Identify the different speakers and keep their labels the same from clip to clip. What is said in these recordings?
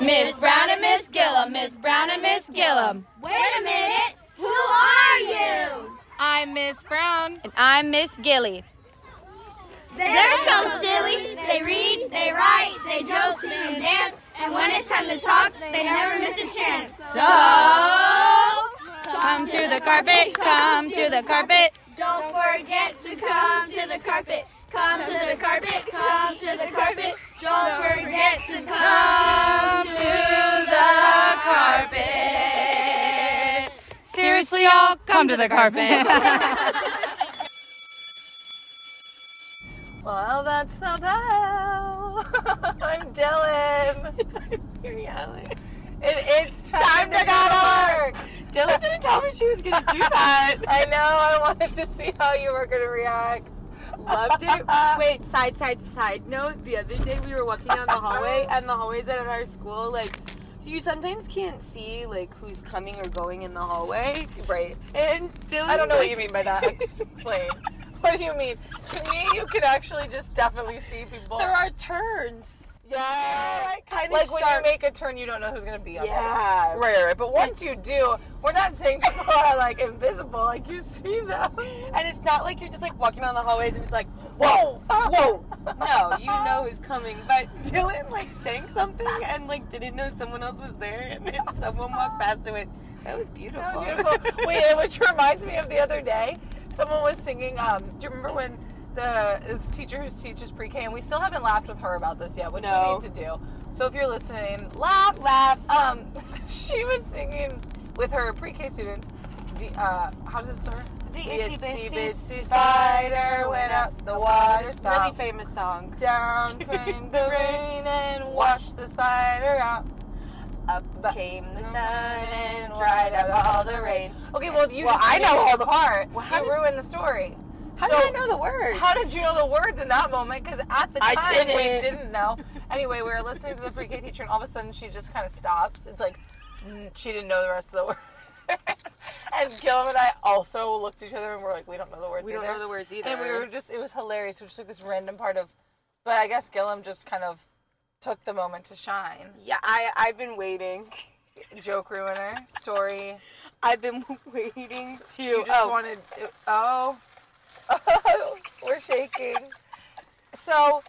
Speaker 1: Miss Brown and Miss Gillum, Miss Brown and Miss Gillum.
Speaker 2: Wait a minute. Who are you?
Speaker 3: I'm Miss Brown.
Speaker 1: And I'm Miss Gilly.
Speaker 2: They're so silly. They read, they write, they joke, sing, and dance. And when it's time to talk, they never miss a chance.
Speaker 1: So, come to the carpet, come to the carpet.
Speaker 2: Don't forget to come to the carpet. Come to the carpet, come to the carpet. Don't forget to come to the
Speaker 1: carpet. Seriously, y'all, come to the carpet. well, that's the bell. I'm Dylan. Mary Ellen. It, it's time, to go to work. Dylan didn't tell me she was going to do that. I know. I wanted to see how you were going to react.
Speaker 4: loved it. Wait, side, side, side note. The other day we were walking down the hallway, and the hallways at our school, like, you sometimes can't see like who's coming or going in the hallway.
Speaker 5: Right.
Speaker 4: And Dylan,
Speaker 5: I don't know what you
Speaker 4: like-
Speaker 5: mean by that. Explain. what do you mean? To me, you can actually just definitely see people.
Speaker 4: There are turns.
Speaker 5: yeah.
Speaker 4: Like, kind of
Speaker 5: Like when you
Speaker 4: sharp.
Speaker 5: make a turn, you don't know who's gonna be on. it.
Speaker 4: yeah.
Speaker 5: Right, right, right. But once you do, we're not saying people are like invisible. Like you see them.
Speaker 4: And it's not like you're just like walking down the hallways and it's like, whoa, whoa. No, you know who's coming. But Dylan like sang something and like didn't know someone else was there, and then someone walked past and went, "That was beautiful."
Speaker 5: That was beautiful. Wait, and which reminds me of the other day. Someone was singing. Um, do you remember when the this teacher who teaches pre-K and we still haven't laughed with her about this yet, which
Speaker 4: No.
Speaker 5: we need to do. So if you're listening, laugh, laugh. Um, she was singing with her pre-K students. The uh, how does it start?
Speaker 4: The
Speaker 5: itsy bitsy spider went up the water spout.
Speaker 4: Really famous song.
Speaker 5: Down came the rain and washed the spider out. Up
Speaker 4: Came the sun and dried out all the rain.
Speaker 5: Okay, well you.
Speaker 4: Well,
Speaker 5: just
Speaker 4: I know
Speaker 5: made
Speaker 4: all the-
Speaker 5: it part.
Speaker 4: Well, how
Speaker 5: you
Speaker 4: did-
Speaker 5: ruined the story.
Speaker 4: How
Speaker 5: So-
Speaker 4: did I know the words?
Speaker 5: How did you know the words in that moment? Because at the
Speaker 4: I
Speaker 5: time we
Speaker 4: didn't.
Speaker 5: didn't know. Anyway, we were listening to the pre-K teacher, and all of a sudden she just kind of stops. It's like mm, she didn't know the rest of the words. and Gil and I also looked at each other, and we're like, we don't know the words.
Speaker 4: We don't
Speaker 5: either.
Speaker 4: know the words either.
Speaker 5: And we were just—it was hilarious. It was just like this random part of, but I guess Gillum just kind of took the moment to shine.
Speaker 4: Yeah, I I've been waiting.
Speaker 5: Joke ruiner story.
Speaker 4: I've been waiting to.
Speaker 5: You just
Speaker 4: oh,
Speaker 5: wanted. Oh. Oh, we're shaking. So,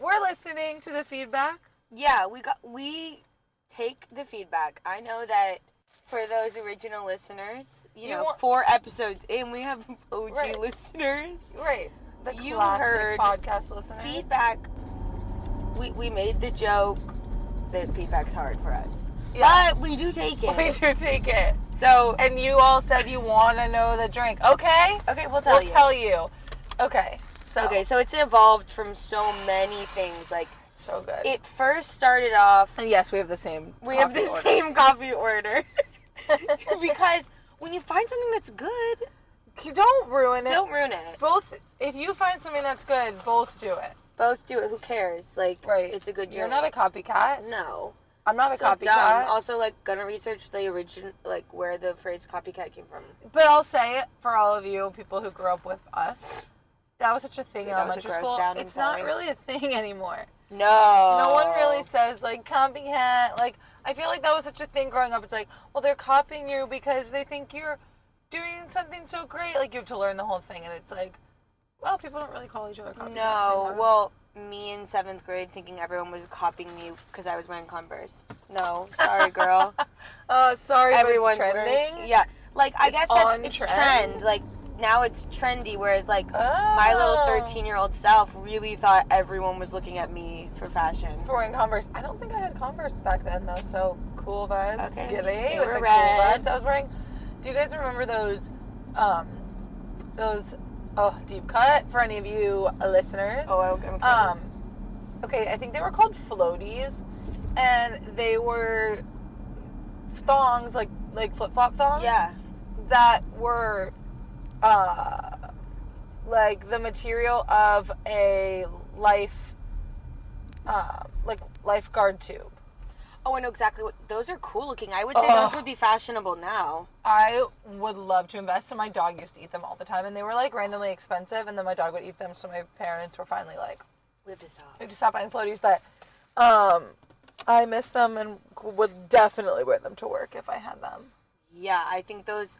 Speaker 5: we're listening to the feedback.
Speaker 4: yeah, we got we take the feedback. I know that for those original listeners, you,
Speaker 5: You
Speaker 4: know,
Speaker 5: want-
Speaker 4: four episodes in, we have OG
Speaker 5: Right.
Speaker 4: listeners.
Speaker 5: Right. The
Speaker 4: You
Speaker 5: classic
Speaker 4: heard
Speaker 5: podcast listeners.
Speaker 4: Feedback. We we made the joke that feedback's hard for us,
Speaker 5: Yeah.
Speaker 4: but we do take it.
Speaker 5: We do take it.
Speaker 4: So
Speaker 5: And you all said you want to know the drink. Okay?
Speaker 4: okay, we'll tell
Speaker 5: We'll
Speaker 4: you.
Speaker 5: tell you. Oh, Okay. So,
Speaker 4: Okay, so it's evolved from so many things. Like
Speaker 5: so good.
Speaker 4: it first started off
Speaker 5: and oh, yes, we have the same.
Speaker 4: We have the
Speaker 5: coffee order.
Speaker 4: same coffee order. because when you find something that's good,
Speaker 5: Don't ruin it.
Speaker 4: don't ruin it.
Speaker 5: Both, if you find something that's good, both do it.
Speaker 4: Both do it. Who cares? Like,
Speaker 5: Right.
Speaker 4: it's a good drink.
Speaker 5: You're not a copycat.
Speaker 4: no.
Speaker 5: I'm not a
Speaker 4: So
Speaker 5: copycat.
Speaker 4: dumb. Also, like, gonna research the origin, like, where the phrase copycat came from.
Speaker 5: But I'll say it for all of you people who grew up with us. That was such a thing in
Speaker 4: That was a
Speaker 5: elementary
Speaker 4: gross
Speaker 5: school.
Speaker 4: sound, I'm
Speaker 5: it's
Speaker 4: sorry.
Speaker 5: not really a thing anymore.
Speaker 4: No.
Speaker 5: No one
Speaker 4: Oh.
Speaker 5: really says like copycat. Like I feel like that was such a thing growing up. It's like, well, they're copying you because they think you're doing something so great. Like you have to learn the whole thing, and it's like, well, people don't really call each other copycats.
Speaker 4: No.
Speaker 5: anymore.
Speaker 4: Well, me in seventh grade thinking everyone was copying me because I was wearing Converse. No. Sorry, girl.
Speaker 5: uh, sorry,
Speaker 4: everyone's
Speaker 5: everyone's trending.
Speaker 4: Wearing, yeah, like I
Speaker 5: It's
Speaker 4: guess that's
Speaker 5: on
Speaker 4: it's trend.
Speaker 5: trend.
Speaker 4: Like now it's trendy, whereas like my little
Speaker 5: Oh.
Speaker 4: thirteen-year-old self really thought everyone was looking at me for fashion.
Speaker 5: For wearing Converse. I don't think I had Converse back then though, so cool vibes.
Speaker 4: Okay.
Speaker 5: Gilly
Speaker 4: They
Speaker 5: with
Speaker 4: were
Speaker 5: the cool
Speaker 4: red.
Speaker 5: vibes. I was wearing do you guys remember those um those oh deep cut for any of you uh, listeners?
Speaker 4: Oh, I'm kidding.
Speaker 5: Um, okay, I think they were called floaties, and they were thongs like like flip flop thongs.
Speaker 4: yeah,
Speaker 5: That were, uh, like the material of a life, uh, like lifeguard tube.
Speaker 4: oh, I know exactly what those are. Cool looking. I would say
Speaker 5: Oh.
Speaker 4: those would be fashionable now.
Speaker 5: I would love to invest, and my dog used to eat them all the time, and they were like randomly expensive, and then my dog would eat them, so my parents were finally like,
Speaker 4: We have to stop.
Speaker 5: I just stopped buying floaties, but um, I miss them, and would definitely wear them to work if I had them.
Speaker 4: Yeah, I think those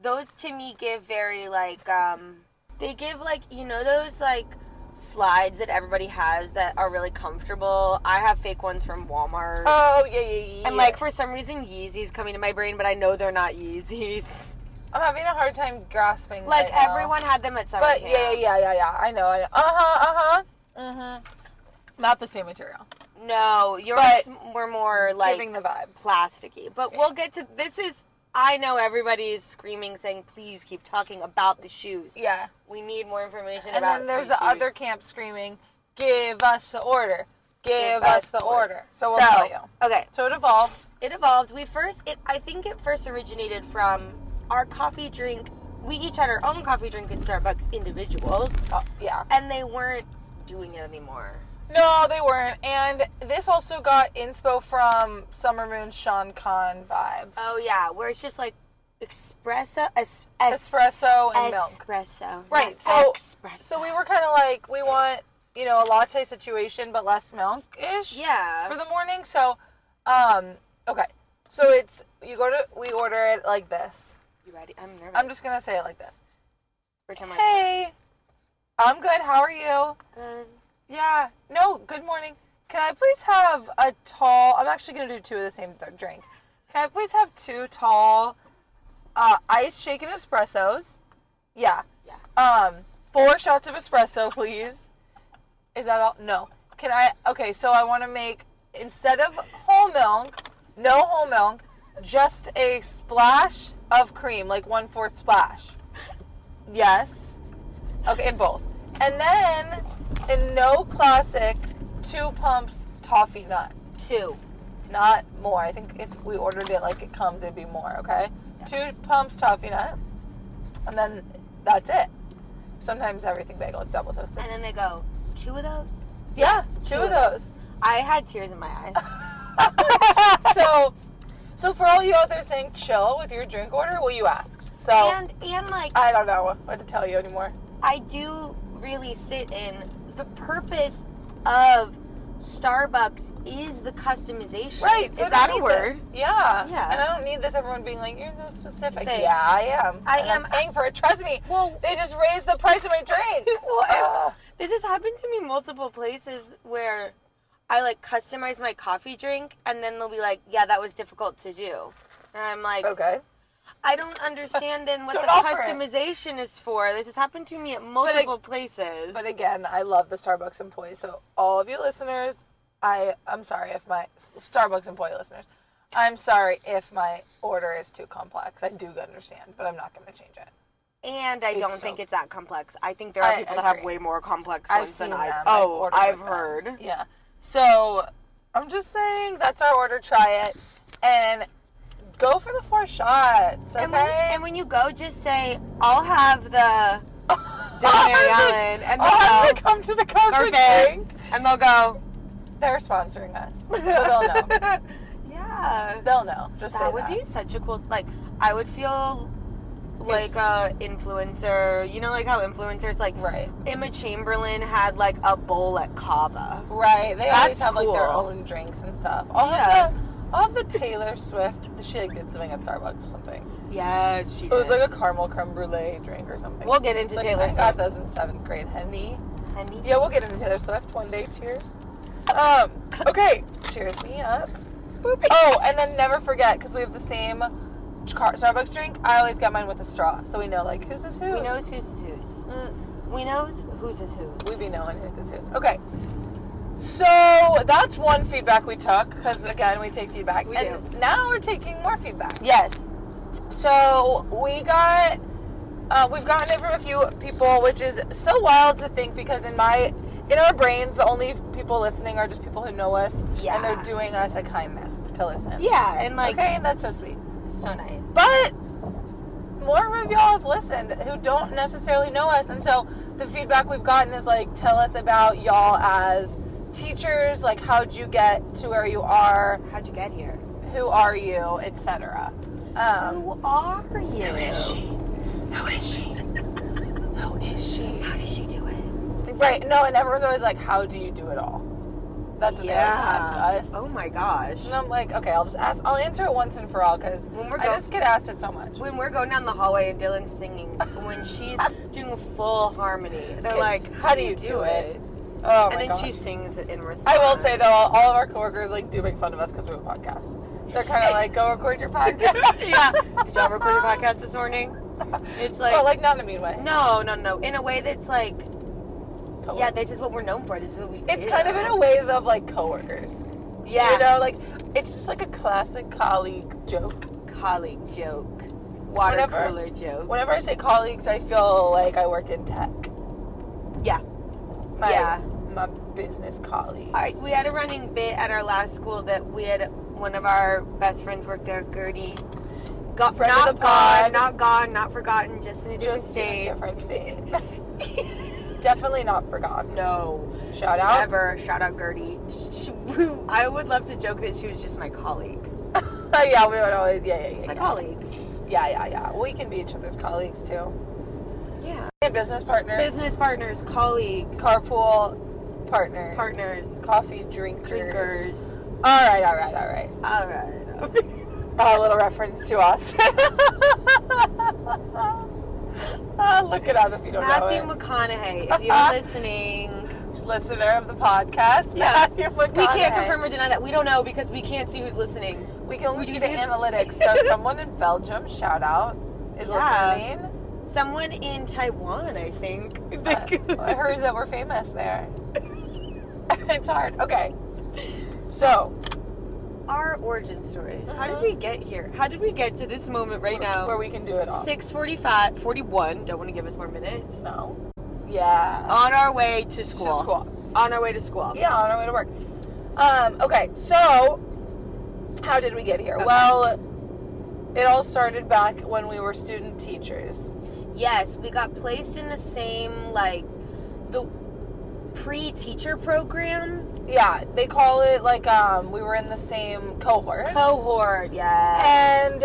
Speaker 4: those to me give very like um they give like you know those like slides that everybody has that are really comfortable. I have fake ones from Walmart.
Speaker 5: Oh yeah, yeah, yeah.
Speaker 4: and like for some reason Yeezys coming to my brain, but I know they're not Yeezys.
Speaker 5: I'm having a hard time grasping.
Speaker 4: Like
Speaker 5: right now.
Speaker 4: everyone had them at summer
Speaker 5: But
Speaker 4: camp.
Speaker 5: yeah, yeah, yeah, yeah. I know. I know. Uh huh. Uh huh. hmm Not the same material.
Speaker 4: No, yours were more like
Speaker 5: Giving the vibe.
Speaker 4: plasticky. But we'll get to this is I know everybody is screaming saying please keep talking about the shoes.
Speaker 5: Yeah.
Speaker 4: We need more information
Speaker 5: And
Speaker 4: about
Speaker 5: then there's
Speaker 4: these
Speaker 5: the other
Speaker 4: shoes.
Speaker 5: camp screaming, "Give us the order! Give, us the order!" So we'll
Speaker 4: so,
Speaker 5: tell you.
Speaker 4: Okay.
Speaker 5: So it evolved.
Speaker 4: it evolved. We first, it, I think it first originated from our coffee drink. We each had our own coffee drink in Starbucks, individuals,
Speaker 5: Oh, yeah.
Speaker 4: and they weren't doing it anymore.
Speaker 5: No, they weren't. And this also got inspo from Summer Moon Sean Khan vibes.
Speaker 4: Oh yeah, where it's just like espresso, es, es,
Speaker 5: Espresso and milk.
Speaker 4: espresso, not
Speaker 5: Right. So,
Speaker 4: espresso.
Speaker 5: so we were kind of like, we want, you know, a latte situation, but less milk ish.
Speaker 4: yeah,
Speaker 5: For the morning. So, um, okay. So it's, you go to, we order it like this.
Speaker 4: you ready? I'm nervous.
Speaker 5: I'm just going to say it like this.
Speaker 4: Pretend my
Speaker 5: Hey, I'm good. How are you?
Speaker 4: good.
Speaker 5: Yeah. No, good morning. Can I please have a tall? I'm actually going to do two of the same th- drink. Can I please have two tall uh, ice shaken espressos? Yeah. Yeah. Um, four shots of espresso, please. Is that all? No. Can I? Okay, so I want to make instead of whole milk, no whole milk, just a splash of cream, like one fourth splash. Yes. Okay, in both. And then in no classic, two pumps toffee nut.
Speaker 4: Two.
Speaker 5: Not more. I think if we ordered it like it comes, it'd be more, okay? Two pumps toffee nut. And then that's it. Sometimes everything bagel is double toasted.
Speaker 4: And then they go two of those.
Speaker 5: Yeah, two of those.
Speaker 4: I had tears in my eyes.
Speaker 5: so so for all you out there saying chill with your drink order, well you asked. So
Speaker 4: And and like
Speaker 5: I don't know what to tell you anymore.
Speaker 4: I do really sit in the purpose of Starbucks is the customization.
Speaker 5: Right.
Speaker 4: Is
Speaker 5: so
Speaker 4: that
Speaker 5: don't
Speaker 4: a
Speaker 5: need
Speaker 4: word?
Speaker 5: this. Yeah.
Speaker 4: Yeah.
Speaker 5: And I don't need this everyone being like, you're so specific.
Speaker 4: Thanks.
Speaker 5: Yeah, I am.
Speaker 4: I
Speaker 5: And I'm
Speaker 4: am.
Speaker 5: paying for it. Trust me.
Speaker 4: Well-
Speaker 5: they just raised the price of my drink.
Speaker 4: Well, if- this has happened to me multiple places where I like customize my coffee drink and then they'll be like, Yeah, that was difficult to do. And I'm like,
Speaker 5: okay.
Speaker 4: I don't understand then what
Speaker 5: Don't
Speaker 4: the
Speaker 5: offer it.
Speaker 4: customization is for. This has happened to me at multiple places.
Speaker 5: But again, I love the Starbucks employee. So all of you listeners, I I'm sorry if my Starbucks employee listeners, I'm sorry if my order is too complex. I do understand, but I'm not going to change it.
Speaker 4: and I don't
Speaker 5: so-
Speaker 4: think it's that complex. I think there are
Speaker 5: I
Speaker 4: people that have
Speaker 5: agree.
Speaker 4: way more complex
Speaker 5: I've
Speaker 4: ones
Speaker 5: seen
Speaker 4: than I.
Speaker 5: them. I've
Speaker 4: oh,
Speaker 5: ordered
Speaker 4: I've
Speaker 5: with them.
Speaker 4: heard.
Speaker 5: Yeah. So I'm just saying that's our order. Try it and go for the four shots. Okay.
Speaker 4: And when, and when you go, just say, I'll have the Dairy Island. And they'll
Speaker 5: I'll have
Speaker 4: go,
Speaker 5: to come to the carpet
Speaker 4: Carpet.
Speaker 5: drink.
Speaker 4: And they'll go,
Speaker 5: They're sponsoring us, so they'll know.
Speaker 4: yeah.
Speaker 5: They'll know. Just say
Speaker 4: That would be such a cool, like, I would feel like a influencer. You know, like how influencers, like,
Speaker 5: right.
Speaker 4: Emma Chamberlain had, like, a bowl at Kava.
Speaker 5: Right. They always
Speaker 4: That's
Speaker 5: have like their
Speaker 4: cool.
Speaker 5: own drinks and stuff. I'll
Speaker 4: Yeah.
Speaker 5: have the I'll have the Taylor Swift. She like did something at Starbucks or something.
Speaker 4: Yes, she
Speaker 5: It was
Speaker 4: did.
Speaker 5: like a caramel creme brulee drink or something.
Speaker 4: We'll get
Speaker 5: It's
Speaker 4: into
Speaker 5: like,
Speaker 4: Taylor
Speaker 5: I got
Speaker 4: Swift.
Speaker 5: those in seventh grade. Henny.
Speaker 4: And he-
Speaker 5: Yeah, we'll get into Taylor Swift one day. Cheers. Um, okay. Cheers me up. Boop. Oh, and then never forget because we have the same car- Starbucks drink. I always get mine with a straw, so we know like whose is whose. Mm,
Speaker 4: We knows who's is who's. We knows who's is who's.
Speaker 5: We be knowing who's is who's. Okay. So that's one feedback we took because again we take feedback.
Speaker 4: We
Speaker 5: and now we're taking more feedback.
Speaker 4: Yes.
Speaker 5: So we got, uh, we've gotten it from a few people, which is so wild to think because in my, in our brains, the only people listening are just people who know us, and
Speaker 4: Yeah.
Speaker 5: they're doing us a kindness to listen.
Speaker 4: Yeah, and, like,
Speaker 5: okay, that's so sweet.
Speaker 4: so nice.
Speaker 5: But more of y'all have listened who don't necessarily know us, and so the feedback we've gotten is like, tell us about y'all as teachers, like how'd you get to where you are,
Speaker 4: How'd you get here?
Speaker 5: who are you, etc. Um,
Speaker 4: Who are you? Who is she?
Speaker 5: who is she? Who is she?
Speaker 4: How does she do it?
Speaker 5: Right. No, and everyone's always like, "How do you do it all?" That's what they always ask us.
Speaker 4: Oh my gosh.
Speaker 5: And I'm like, okay, I'll just ask. I'll answer it once and for all because
Speaker 4: When we're
Speaker 5: I
Speaker 4: go-
Speaker 5: just get asked it so much.
Speaker 4: When we're going down the hallway and Dylan's singing, when she's doing a full harmony, they're
Speaker 5: Okay,
Speaker 4: like,
Speaker 5: how do you do it? Oh
Speaker 4: and
Speaker 5: my
Speaker 4: then
Speaker 5: gosh.
Speaker 4: she sings it in response.
Speaker 5: I will say though, all, all of our coworkers like do make fun of us because we have a podcast. They're kind of like, go record your podcast,
Speaker 4: yeah. Did y'all record your podcast this morning? It's like,
Speaker 5: but Oh, like not in a mean way.
Speaker 4: no, no, no. In a way that's like, yeah, this is what we're known for. This is what we.
Speaker 5: It's
Speaker 4: do.
Speaker 5: kind of in a way of like coworkers.
Speaker 4: yeah,
Speaker 5: You know, like it's just like a classic colleague joke.
Speaker 4: colleague joke, water
Speaker 5: Whatever.
Speaker 4: cooler joke.
Speaker 5: Whenever I say colleagues, I feel like I work in tech.
Speaker 4: Yeah.
Speaker 5: My,
Speaker 4: Yeah.
Speaker 5: My business colleagues.
Speaker 4: I, we had a running bit at our last school that we had one of our best friends worked there, Gertie. Got,
Speaker 5: Friend of
Speaker 4: not
Speaker 5: the pod.
Speaker 4: gone, not gone, not forgotten, just in a different
Speaker 5: just
Speaker 4: state.
Speaker 5: in a different state. Definitely not forgotten.
Speaker 4: No,
Speaker 5: Shout out.
Speaker 4: ever. Shout out Gertie. She, she, I would love to joke that she was just my colleague.
Speaker 5: Oh, yeah, we would always. Yeah, yeah, yeah.
Speaker 4: My
Speaker 5: yeah.
Speaker 4: colleague.
Speaker 5: Yeah, yeah, yeah. We can be each other's colleagues too.
Speaker 4: Yeah.
Speaker 5: And business partners.
Speaker 4: Business partners, colleagues,
Speaker 5: Carpool partners.
Speaker 4: partners,
Speaker 5: Coffee drinkers.
Speaker 4: drinkers.
Speaker 5: All right, all right, all right.
Speaker 4: All right.
Speaker 5: A little reference to us. Ah, look it up if you don't
Speaker 4: Matthew
Speaker 5: know
Speaker 4: McConaughey, if you're listening.
Speaker 5: it. Listener of the podcast,
Speaker 4: Yeah.
Speaker 5: Matthew McConaughey.
Speaker 4: We can't confirm or deny that. We don't know because we can't see who's listening.
Speaker 5: We can only
Speaker 4: We
Speaker 5: see
Speaker 4: do
Speaker 5: the
Speaker 4: do-
Speaker 5: analytics. So someone in Belgium, shout out, is
Speaker 4: Yeah.
Speaker 5: listening. Uh,
Speaker 4: Someone in Taiwan, I think.
Speaker 5: I heard that we're famous there. it's hard. Okay. So
Speaker 4: Our origin story. How did we get here? How did we get to this moment right now?
Speaker 5: where we can do it all.
Speaker 4: 645, 41. Don't want to give us more minutes.
Speaker 5: No. Yeah.
Speaker 4: On our way to
Speaker 5: To
Speaker 4: school.
Speaker 5: school.
Speaker 4: On our way to school.
Speaker 5: Yeah, on our way to work. Um, okay, so how did we get here?
Speaker 4: Okay.
Speaker 5: Well, it all started back when we were student teachers.
Speaker 4: Yes, we got placed in the same, like, the pre teacher program
Speaker 5: Yeah, they call it like um, we were in the same cohort.
Speaker 4: cohort. Yeah.
Speaker 5: and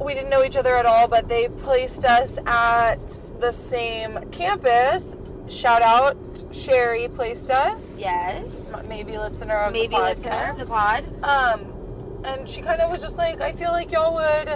Speaker 5: we didn't know each other at all, but they placed us at the same campus. Shout out, Sherry placed us.
Speaker 4: Yes.
Speaker 5: Maybe listener of
Speaker 4: Maybe
Speaker 5: the podcast.
Speaker 4: listener of the pod.
Speaker 5: Um, and she kind of was just like, I feel like y'all would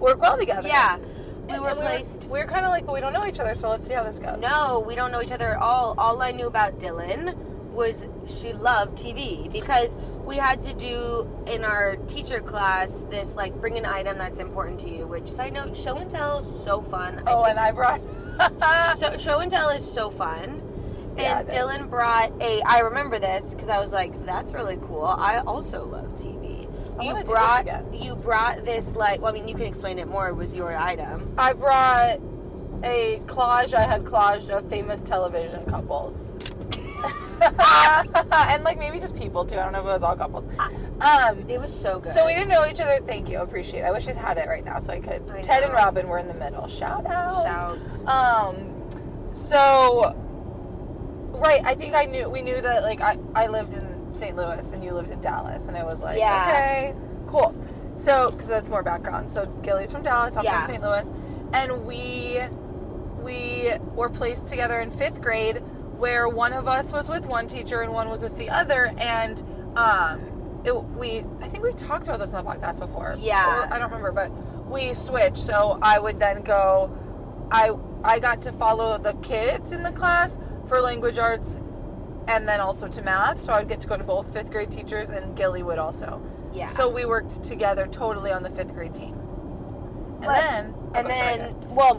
Speaker 5: work well together.
Speaker 4: Yeah. We
Speaker 5: And
Speaker 4: were
Speaker 5: we were-
Speaker 4: placed.
Speaker 5: We were kind of like, well, we don't know each other, so let's see how this goes.
Speaker 4: No, we don't know each other at all. All I knew about Dylan was she loved TV because we had to do in our teacher class this like bring an item that's important to you. Which side note, show and tell is so fun.
Speaker 5: Oh,
Speaker 4: I
Speaker 5: and I brought.
Speaker 4: think so, show and tell is so fun.
Speaker 5: Yeah,
Speaker 4: And
Speaker 5: it is.
Speaker 4: Dylan brought a. I remember this because I was like, "That's really cool. I also love TV."
Speaker 5: I wanna
Speaker 4: You
Speaker 5: do this
Speaker 4: brought
Speaker 5: again.
Speaker 4: you brought this like. Well, I mean, you can explain it more. It was your item.
Speaker 5: I brought a collage. I had collage of famous television couples, and like maybe just people too. I don't know if it was all couples. Um,
Speaker 4: It was so good.
Speaker 5: so we didn't know each other. Thank you, appreciate. it. I wish I had it right now so I could.
Speaker 4: I
Speaker 5: Ted and
Speaker 4: know.
Speaker 5: Robin were in the middle. Shout out.
Speaker 4: shouts.
Speaker 5: Um, so right, I think I knew we knew that like I I lived in St. Louis and you lived in Dallas, and it was like
Speaker 4: Yeah.
Speaker 5: okay, cool. So because that's more background. So Gilly's from Dallas, I'm
Speaker 4: Yeah.
Speaker 5: from St. Louis, and we we were placed together in fifth grade, where one of us was with one teacher and one was with the other, and um. It, we I think we've talked about this on the podcast before.
Speaker 4: Yeah.
Speaker 5: Or- I don't remember, but we switched. So I would then go I I got to follow the kids in the class for language arts and then also to math. So I would get to go to both fifth grade teachers and Gilly would also.
Speaker 4: yeah.
Speaker 5: So we worked together totally on the fifth grade team. And
Speaker 4: But-
Speaker 5: then
Speaker 4: and
Speaker 5: Oh, sorry,
Speaker 4: then well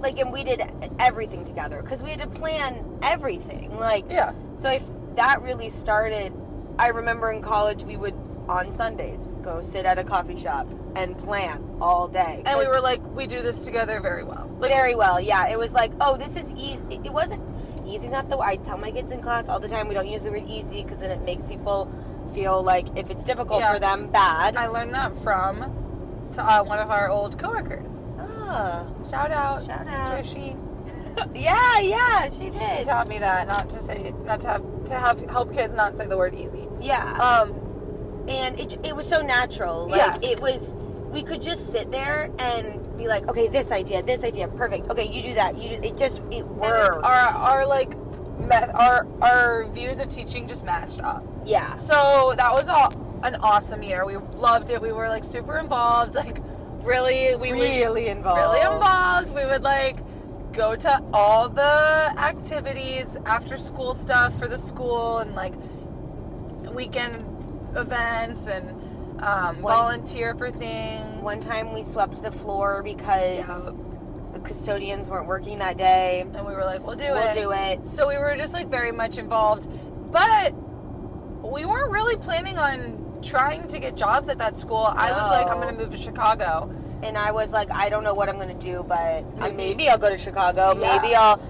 Speaker 4: like and we did everything together because we had to plan everything like
Speaker 5: yeah.
Speaker 4: so if that really started i remember in college we would on sundays go sit at a coffee shop and plan all day
Speaker 5: And we
Speaker 4: 'Cause
Speaker 5: were like we do this together very well.
Speaker 4: very well yeah it was like oh this is easy it wasn't easy's not the i tell my kids in class all the time we don't use the word easy because then it makes people feel like if it's difficult
Speaker 5: Yeah.
Speaker 4: for them bad
Speaker 5: I learned that from uh, one of our old coworkers.
Speaker 4: Ah,
Speaker 5: Shout out
Speaker 4: Shout out.
Speaker 5: Trishy.
Speaker 4: Ah, yeah yeah she
Speaker 5: She
Speaker 4: did
Speaker 5: taught me that not to say not to have to have help kids not say the word easy.
Speaker 4: yeah
Speaker 5: Um
Speaker 4: and it, it was so natural. Like
Speaker 5: Yes.
Speaker 4: it was, we could just sit there and be like, okay, this idea, this idea, perfect. Okay, you do that. You do it. Just it
Speaker 5: And Our,
Speaker 4: works.
Speaker 5: our like met our our views of teaching just matched up.
Speaker 4: Yeah.
Speaker 5: So that was all an awesome year. We loved it. We were like super involved. Like really, we would
Speaker 4: Really involved.
Speaker 5: really involved. We would like go to all the activities, after school stuff for the school, and like weekend events and um,
Speaker 4: One-
Speaker 5: volunteer for things.
Speaker 4: One time we swept the floor because the custodians weren't working that day.
Speaker 5: and we were like, we'll do
Speaker 4: we'll
Speaker 5: it.
Speaker 4: do it.
Speaker 5: So we were just like very much involved, but we weren't really planning on trying to get jobs at that school. I was like, I'm
Speaker 4: No.
Speaker 5: gonna move to Chicago.
Speaker 4: And I was like, I don't know what I'm gonna do, but
Speaker 5: Maybe-
Speaker 4: maybe, maybe I'll go to Chicago.
Speaker 5: Yeah.
Speaker 4: Maybe I'll.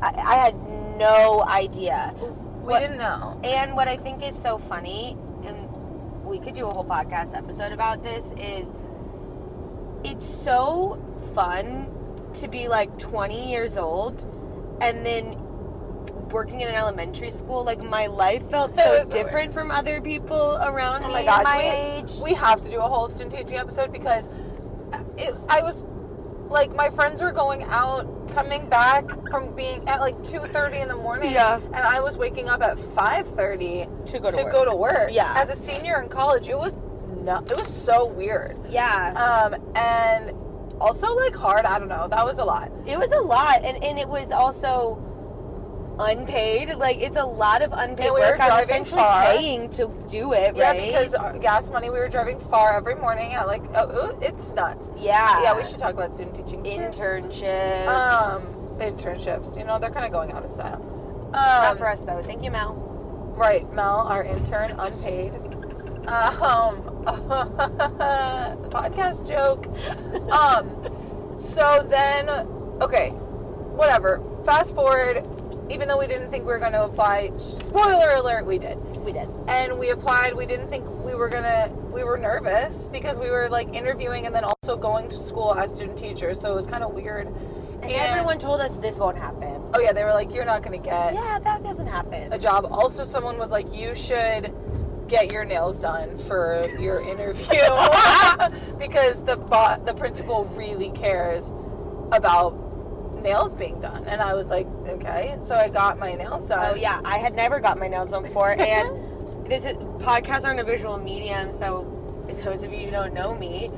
Speaker 4: I, I had no idea.
Speaker 5: We
Speaker 4: What-
Speaker 5: didn't know.
Speaker 4: And what I think is so funny, and we could do a whole podcast episode about this, is it's so fun to be like 20 years old and then working in an elementary school. Like, my life felt
Speaker 5: It
Speaker 4: so
Speaker 5: was the
Speaker 4: different from other people around
Speaker 5: Oh
Speaker 4: me
Speaker 5: my gosh,
Speaker 4: my
Speaker 5: we-
Speaker 4: age.
Speaker 5: We have to do a whole student teaching episode because it, I was like, my friends were going out, coming back from being at like 2:30 in the morning,
Speaker 4: Yeah.
Speaker 5: and I was waking up at 5:30
Speaker 4: to go
Speaker 5: to go to work.
Speaker 4: Yeah.
Speaker 5: as a senior in college, it was no, it was so weird.
Speaker 4: Yeah.
Speaker 5: um, and also like hard. I don't know. That was a lot.
Speaker 4: It was a lot, and, and it was also unpaid. Like it's a lot of unpaid
Speaker 5: And we were
Speaker 4: work. I'm
Speaker 5: driving
Speaker 4: essentially
Speaker 5: far.
Speaker 4: paying to do it,
Speaker 5: Yeah,
Speaker 4: right?
Speaker 5: because our gas money. We were driving far every morning. At like, oh, ooh, it's nuts.
Speaker 4: yeah,
Speaker 5: Yeah, we should talk about student teaching. too.
Speaker 4: internship.
Speaker 5: um, internships. You know, they're kind of going out of style. Um,
Speaker 4: Not for us though. Thank you, Mel.
Speaker 5: Right, Mel, our intern, unpaid. Um, podcast joke. Um, so then, okay, whatever. Fast forward, even though we didn't think we were going to apply, spoiler alert, we did.
Speaker 4: We did.
Speaker 5: And we applied. We didn't think we were going to, we were nervous because we were like interviewing and then also going to school as student teachers. So it was kind of weird.
Speaker 4: And everyone told us this won't happen.
Speaker 5: oh, yeah, they were like, you're not going to get
Speaker 4: Yeah, that doesn't happen.
Speaker 5: a job. Also, someone was like, you should get your nails done for your interview because the bo- the principal really cares about nails being done. And I was like, okay. So I got my nails done.
Speaker 4: Oh yeah, I had never got my nails done before, and this is, podcasts aren't a visual medium, so if those of you who don't know me,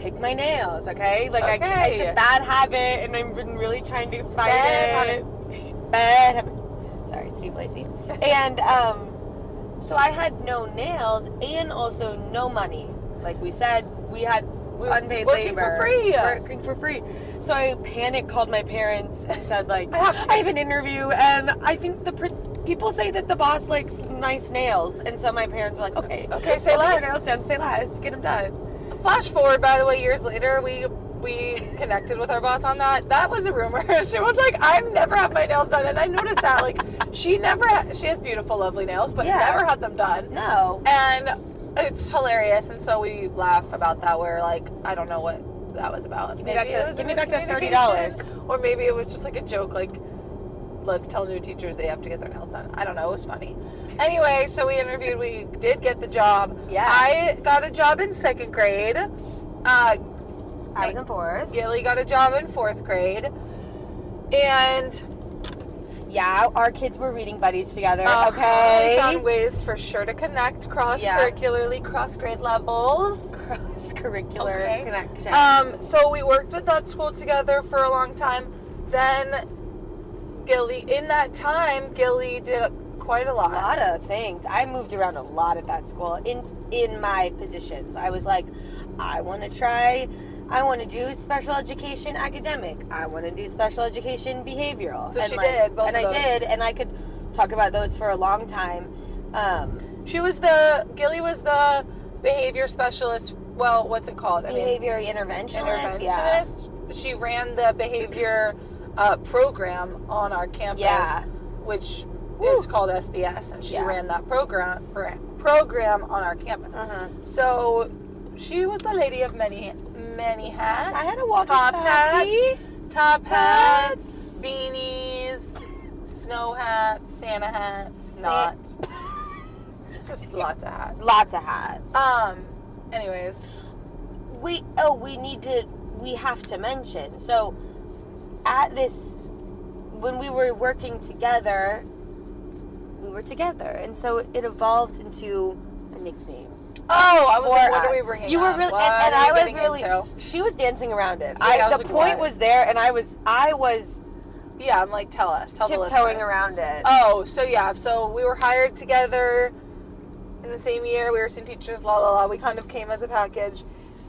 Speaker 4: pick my nails, okay? Like I can't, it's
Speaker 5: Okay.
Speaker 4: a bad habit, and I've been really trying to fight
Speaker 5: Bad
Speaker 4: it. Bad habit. Sorry, Steve Lacey. and um, so I had no nails, and also no money. Like we said, we had
Speaker 5: We were
Speaker 4: unpaid
Speaker 5: working for
Speaker 4: labor,
Speaker 5: free.
Speaker 4: working for free. So I panicked, called my parents, and said like,
Speaker 5: I have to-
Speaker 4: I have an interview, and I think the pr- people say that the boss likes nice nails, and so my parents were like, okay,
Speaker 5: Okay, say
Speaker 4: get your
Speaker 5: less.
Speaker 4: nails done, say less, get them done.
Speaker 5: Flash forward, by the way, years later, we we connected with our boss on that. That was a rumor. she was like, "I've never had my nails done," and I noticed that. Like, she never ha- she has beautiful, lovely nails, but
Speaker 4: Yeah.
Speaker 5: never had them done.
Speaker 4: No,
Speaker 5: and it's hilarious. And so we laugh about that. We're like, I don't know what that was about.
Speaker 4: me back the-
Speaker 5: it was a
Speaker 4: give me back the
Speaker 5: miscommunication.
Speaker 4: $30.
Speaker 5: or maybe it was just like a joke, like let's tell new teachers they have to get their nails done. I don't know. It was funny. Anyway, so we interviewed. We did get the job.
Speaker 4: Yeah.
Speaker 5: I got a job in second grade. Uh,
Speaker 4: I was in fourth.
Speaker 5: Gilly got a job in fourth grade, and
Speaker 4: Yeah, our kids were reading buddies together.
Speaker 5: uh, we
Speaker 4: okay,
Speaker 5: found ways for sure to connect cross curricularly, cross grade levels.
Speaker 4: cross curricular
Speaker 5: Okay.
Speaker 4: connection.
Speaker 5: Um, so we worked at that school together for a long time. Then Gilly, in that time, Gilly did quite a lot.
Speaker 4: a lot of things. I moved around a lot at that school in in my positions. I was like, I want to try. I want to do special education academic. I want to do special education behavioral.
Speaker 5: So
Speaker 4: and
Speaker 5: she
Speaker 4: like-
Speaker 5: did both
Speaker 4: and
Speaker 5: of
Speaker 4: I
Speaker 5: those.
Speaker 4: did, and I could talk about those for a long time. Um,
Speaker 5: She was the Gilly was the behavior specialist. Well, what's it called? I mean,
Speaker 4: behavior interventionist. Yeah.
Speaker 5: interventionist. She ran the behavior uh, program on our campus,
Speaker 4: Yeah.
Speaker 5: which
Speaker 4: Woo.
Speaker 5: is called SBS, and she
Speaker 4: Yeah.
Speaker 5: ran that program pro- program on our campus.
Speaker 4: Uh-huh.
Speaker 5: So she was the lady of many many hats.
Speaker 4: I had a
Speaker 5: top
Speaker 4: walkie-talkie.
Speaker 5: hats, top hats,
Speaker 4: Hats.
Speaker 5: beanies, snow hats, Santa hats,
Speaker 4: Sa-
Speaker 5: not just lots of hats.
Speaker 4: Lots of hats.
Speaker 5: Um. Anyways,
Speaker 4: we oh we need to we have to mention so at this when we were working together, we were together, and so it evolved into a nickname.
Speaker 5: Oh, I was like,
Speaker 4: for
Speaker 5: what
Speaker 4: us.
Speaker 5: are we bringing?
Speaker 4: You were
Speaker 5: up?
Speaker 4: really,
Speaker 5: What
Speaker 4: and, and
Speaker 5: are
Speaker 4: I
Speaker 5: we
Speaker 4: was
Speaker 5: getting
Speaker 4: really.
Speaker 5: into?
Speaker 4: She was dancing around it.
Speaker 5: Yeah,
Speaker 4: I,
Speaker 5: I was
Speaker 4: the
Speaker 5: like,
Speaker 4: point
Speaker 5: what?
Speaker 4: was there, and I was, I was
Speaker 5: Yeah, I'm like, tell us, tell the
Speaker 4: tiptoeing
Speaker 5: listeners.
Speaker 4: around it.
Speaker 5: Oh, so yeah, so we were hired together in the same year. We were student teachers, la la la. We kind of came as a package,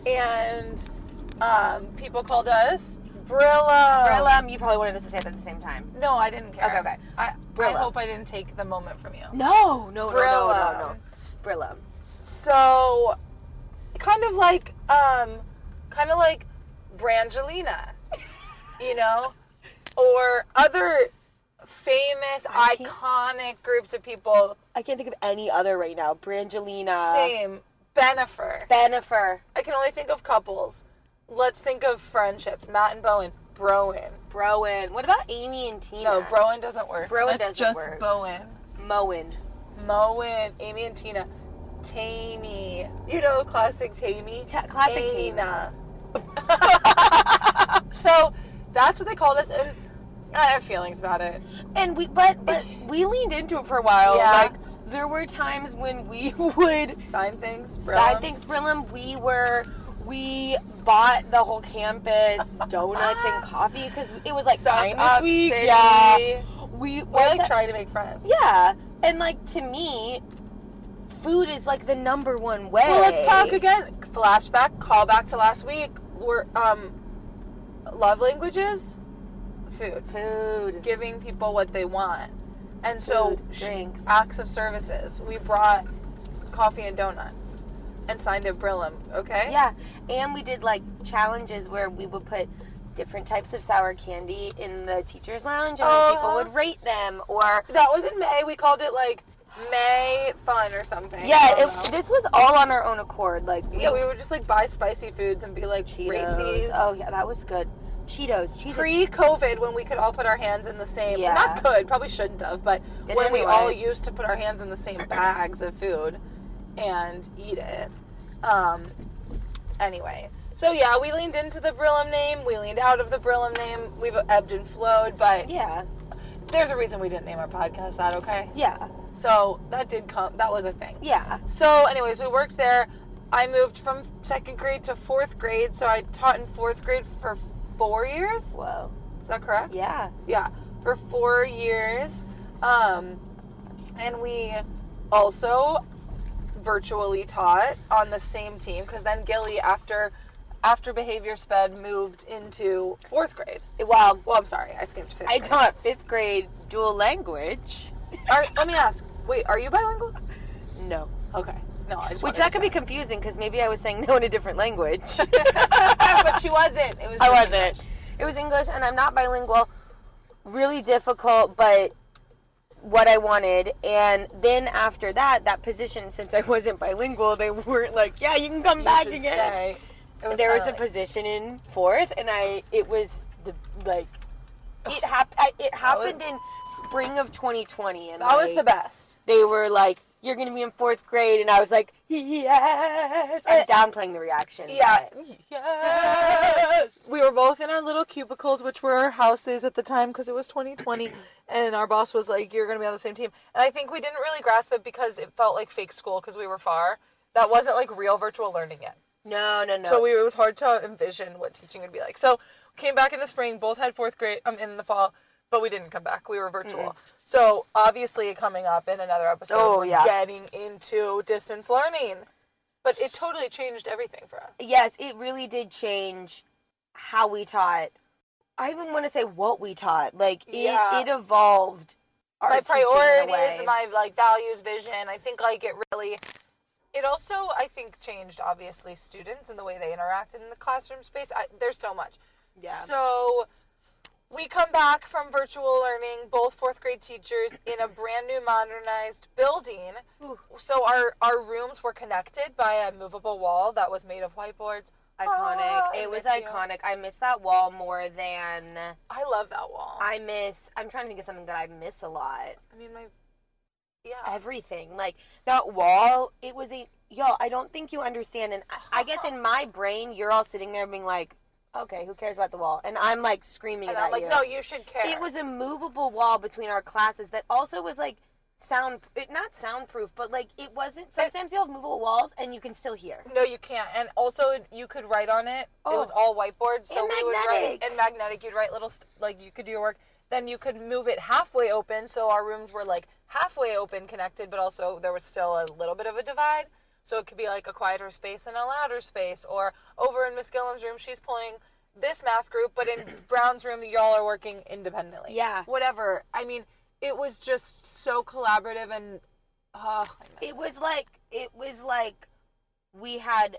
Speaker 5: and um, people called us Brilla.
Speaker 4: Brillam, you probably wanted us to say it at the same time.
Speaker 5: No, I didn't care.
Speaker 4: Okay, okay.
Speaker 5: I, I
Speaker 4: Brilla.
Speaker 5: hope I didn't take the moment from you.
Speaker 4: No, no, no, no, no, no.
Speaker 5: Brillam.
Speaker 4: Brillam.
Speaker 5: So, kind of like, um, kind of like Brangelina, you know, or other famous,
Speaker 4: I can't-
Speaker 5: iconic groups of people.
Speaker 4: I can't think of any other right now. Brangelina.
Speaker 5: Same. Benifer.
Speaker 4: Benifer.
Speaker 5: I can only think of couples. Let's think of friendships. Matt and Bowen. Broen.
Speaker 4: Broen. What about Amy and Tina?
Speaker 5: No, Broen doesn't work.
Speaker 4: Broen
Speaker 5: Let's
Speaker 4: doesn't
Speaker 5: just
Speaker 4: work.
Speaker 5: Bowen.
Speaker 4: Moen.
Speaker 5: Moen. Amy and Tina. Tammy. You know, classic Tammy.
Speaker 4: Ta- classic Tammy.
Speaker 5: Tina. so that's what they called us. And I have feelings about it.
Speaker 4: And we, but but we leaned into it for a while.
Speaker 5: Yeah.
Speaker 4: Like there were times when we would
Speaker 5: Sign things. Bro.
Speaker 4: side things. Brillam. We were we bought the whole campus donuts and coffee because it was like
Speaker 5: Suck
Speaker 4: time
Speaker 5: up,
Speaker 4: this week.
Speaker 5: city.
Speaker 4: Yeah. We
Speaker 5: We're
Speaker 4: went
Speaker 5: like
Speaker 4: to-
Speaker 5: trying to make friends.
Speaker 4: yeah, and like to me, food is like the number one way.
Speaker 5: Well, let's talk again. Flashback, callback to last week. We're um, love languages, food,
Speaker 4: Food.
Speaker 5: giving people what they want, and so
Speaker 4: Food,
Speaker 5: sh-
Speaker 4: drinks.
Speaker 5: acts of services. We brought coffee and donuts, and signed a Brillam. Okay.
Speaker 4: Yeah, and we did like challenges where we would put different types of sour candy in the teachers' lounge, and then people
Speaker 5: Uh-huh.
Speaker 4: would rate them. Or
Speaker 5: That was in May. We called it like May Fun or something. I
Speaker 4: yeah,
Speaker 5: don't
Speaker 4: it,
Speaker 5: know.
Speaker 4: this was all on our own accord. Like
Speaker 5: yeah. We would just like buy spicy foods and be like rate
Speaker 4: Cheetos.
Speaker 5: these.
Speaker 4: Oh yeah, that was good. Cheetos, cheese.
Speaker 5: pre-COVID when we could all put our hands in the same.
Speaker 4: Yeah.
Speaker 5: Not could, probably shouldn't have, but
Speaker 4: Did
Speaker 5: when we all
Speaker 4: anyway.
Speaker 5: used to put our hands in the same bags of food and eat it. Um. Anyway, so yeah, we leaned into the Brillam name. We leaned out of the Brillam name. We've ebbed and flowed, but
Speaker 4: yeah,
Speaker 5: there's a reason we didn't name our podcast that. Okay,
Speaker 4: yeah,
Speaker 5: so that did come. That was a thing.
Speaker 4: yeah.
Speaker 5: So, anyways, we worked there. I moved from second grade to fourth grade, so I taught in fourth grade for four years.
Speaker 4: Whoa.
Speaker 5: Is that correct?
Speaker 4: Yeah.
Speaker 5: yeah for four years um, and we also virtually taught on the same team because then gilly after after behavior sped moved into fourth grade
Speaker 4: Well,
Speaker 5: well i'm sorry i skipped fifth
Speaker 4: I
Speaker 5: grade.
Speaker 4: taught fifth grade dual language.
Speaker 5: Are, let me ask wait are you bilingual
Speaker 4: No.
Speaker 5: okay no i just
Speaker 4: Which
Speaker 5: wanted
Speaker 4: that
Speaker 5: to
Speaker 4: could be confusing because maybe I was saying no in a different language.
Speaker 5: check. but she wasn't it was
Speaker 4: I
Speaker 5: just-
Speaker 4: wasn't. It was English, and I'm not bilingual. Really difficult, but what I wanted. And then after that, that position, since I wasn't bilingual, they weren't like, "Yeah, you can come
Speaker 5: you
Speaker 4: back
Speaker 5: should
Speaker 4: again."
Speaker 5: stay. It
Speaker 4: there was
Speaker 5: kinda
Speaker 4: a
Speaker 5: like-
Speaker 4: position in fourth, and I it was the like it happened. It happened in spring of 2020, and
Speaker 5: that was
Speaker 4: like,
Speaker 5: the best
Speaker 4: They were like. You're gonna be in fourth grade, and I was like, yes. I'm
Speaker 5: Uh,
Speaker 4: downplaying the reaction.
Speaker 5: Yeah.
Speaker 4: but-
Speaker 5: Yes. We were both in our little cubicles, which were our houses at the time because it was 2020. And our boss was like, You're going to be on the same team. And I think we didn't really grasp it because it felt like fake school because we were far. That wasn't like real virtual learning yet.
Speaker 4: No, no, no.
Speaker 5: So we, it was hard to envision what teaching would be like. So came back in the spring, both had fourth grade um, in the fall, but we didn't come back. We were virtual. So obviously, coming up in another episode,
Speaker 4: Oh,
Speaker 5: we're
Speaker 4: yeah.
Speaker 5: getting into distance learning. But it totally changed everything for us.
Speaker 4: yes, it really did change how we taught. I even want to say what we taught. Like it,
Speaker 5: Yeah.
Speaker 4: it evolved. Our
Speaker 5: my
Speaker 4: teaching in a
Speaker 5: priorities,
Speaker 4: way.
Speaker 5: my like values, vision. I think like it really. It also, I think, changed obviously students and the way they interact in the classroom space. I, there's so much.
Speaker 4: Yeah.
Speaker 5: So we come back from virtual learning, both fourth grade teachers in a brand new modernized building. So our our rooms were connected by a movable wall that was made of whiteboards.
Speaker 4: iconic.
Speaker 5: Ah, I
Speaker 4: it was
Speaker 5: miss you.
Speaker 4: iconic. I miss that wall more than
Speaker 5: I love that wall. I,
Speaker 4: I miss. I'm trying to think of something that I miss a lot.
Speaker 5: mean, my yeah.
Speaker 4: Everything like that wall. It was a y'all. I don't think you understand. And I, I guess in my brain, you're all sitting there being like, okay, who cares about the wall? And I'm like screaming
Speaker 5: And
Speaker 4: about
Speaker 5: I'm like,
Speaker 4: you.
Speaker 5: no, you should care.
Speaker 4: It was a movable wall between our classes that also was like sound it, not soundproof, but like it wasn't. Sometimes you have movable walls and you can still hear.
Speaker 5: No, you can't. And also, you could write on it. It was
Speaker 4: Oh.
Speaker 5: all whiteboard, so
Speaker 4: And
Speaker 5: we would write
Speaker 4: magnetic.
Speaker 5: and magnetic. You'd write little st- like you could do your work. Then you could move it halfway open, so our rooms were like halfway open, connected, but also there was still a little bit of a divide. So it could be like a quieter space and a louder space, or over in Miss Gillum's room, she's pulling this math group, but in Brown's room, y'all are working independently.
Speaker 4: Yeah.
Speaker 5: whatever. I mean, it was just so collaborative and. Oh, I
Speaker 4: It was like it was like we had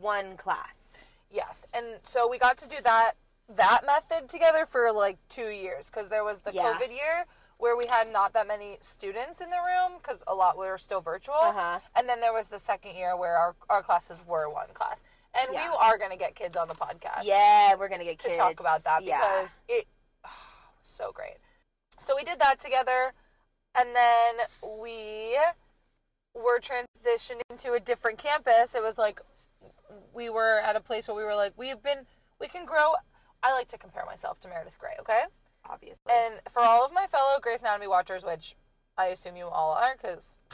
Speaker 4: one class.
Speaker 5: Yes, and so we got to do that that method together for like two years because there was the
Speaker 4: Yeah.
Speaker 5: COVID year where we had not that many students in the room because a lot we were still virtual,
Speaker 4: Uh-huh.
Speaker 5: and then there was the second year where our, our classes were one class, and
Speaker 4: Yeah.
Speaker 5: we are gonna get kids on the podcast
Speaker 4: Yeah, we're gonna get
Speaker 5: to
Speaker 4: kids.
Speaker 5: talk about that
Speaker 4: Yeah.
Speaker 5: because it was so great. So we did that together, and then we were transitioning to a different campus. It was like we were at a place where we were like, we've been, we can grow. I like to compare myself to Meredith Grey, okay?
Speaker 4: obviously.
Speaker 5: And for all of my fellow Grey's Anatomy watchers, which I assume you all are, because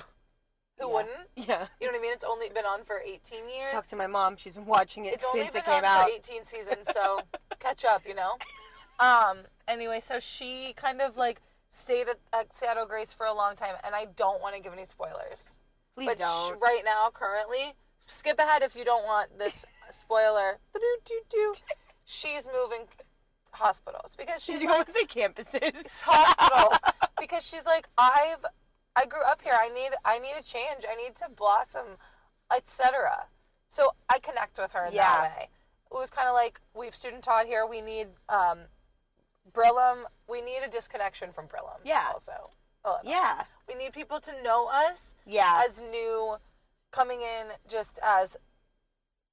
Speaker 5: who
Speaker 4: Yeah.
Speaker 5: wouldn't?
Speaker 4: yeah.
Speaker 5: You know what I mean? It's only been on for 18 years.
Speaker 4: Talk to my mom. She's been watching it
Speaker 5: It's only
Speaker 4: since
Speaker 5: been
Speaker 4: it came
Speaker 5: on
Speaker 4: out.
Speaker 5: for 18 seasons, so catch up, you know. Um. Anyway, so she kind of like stayed at, at Seattle Grace for a long time, and I don't want to give any spoilers.
Speaker 4: Please
Speaker 5: but sh-
Speaker 4: don't.
Speaker 5: right now, currently, skip ahead if you don't want this spoiler. Ba-do-do-do. She's moving hospitals because she's like,
Speaker 4: to say campuses?
Speaker 5: hospitals because she's like I've I grew up here. I need I need a change. I need to blossom, etc. So I connect with her in
Speaker 4: Yeah.
Speaker 5: that way. It was kind of like we've student taught here. We need um, Brillum. We need a disconnection from Brillum.
Speaker 4: Yeah.
Speaker 5: Also, Oh,
Speaker 4: Yeah.
Speaker 5: we need people to know us
Speaker 4: Yeah.
Speaker 5: as new, coming in just as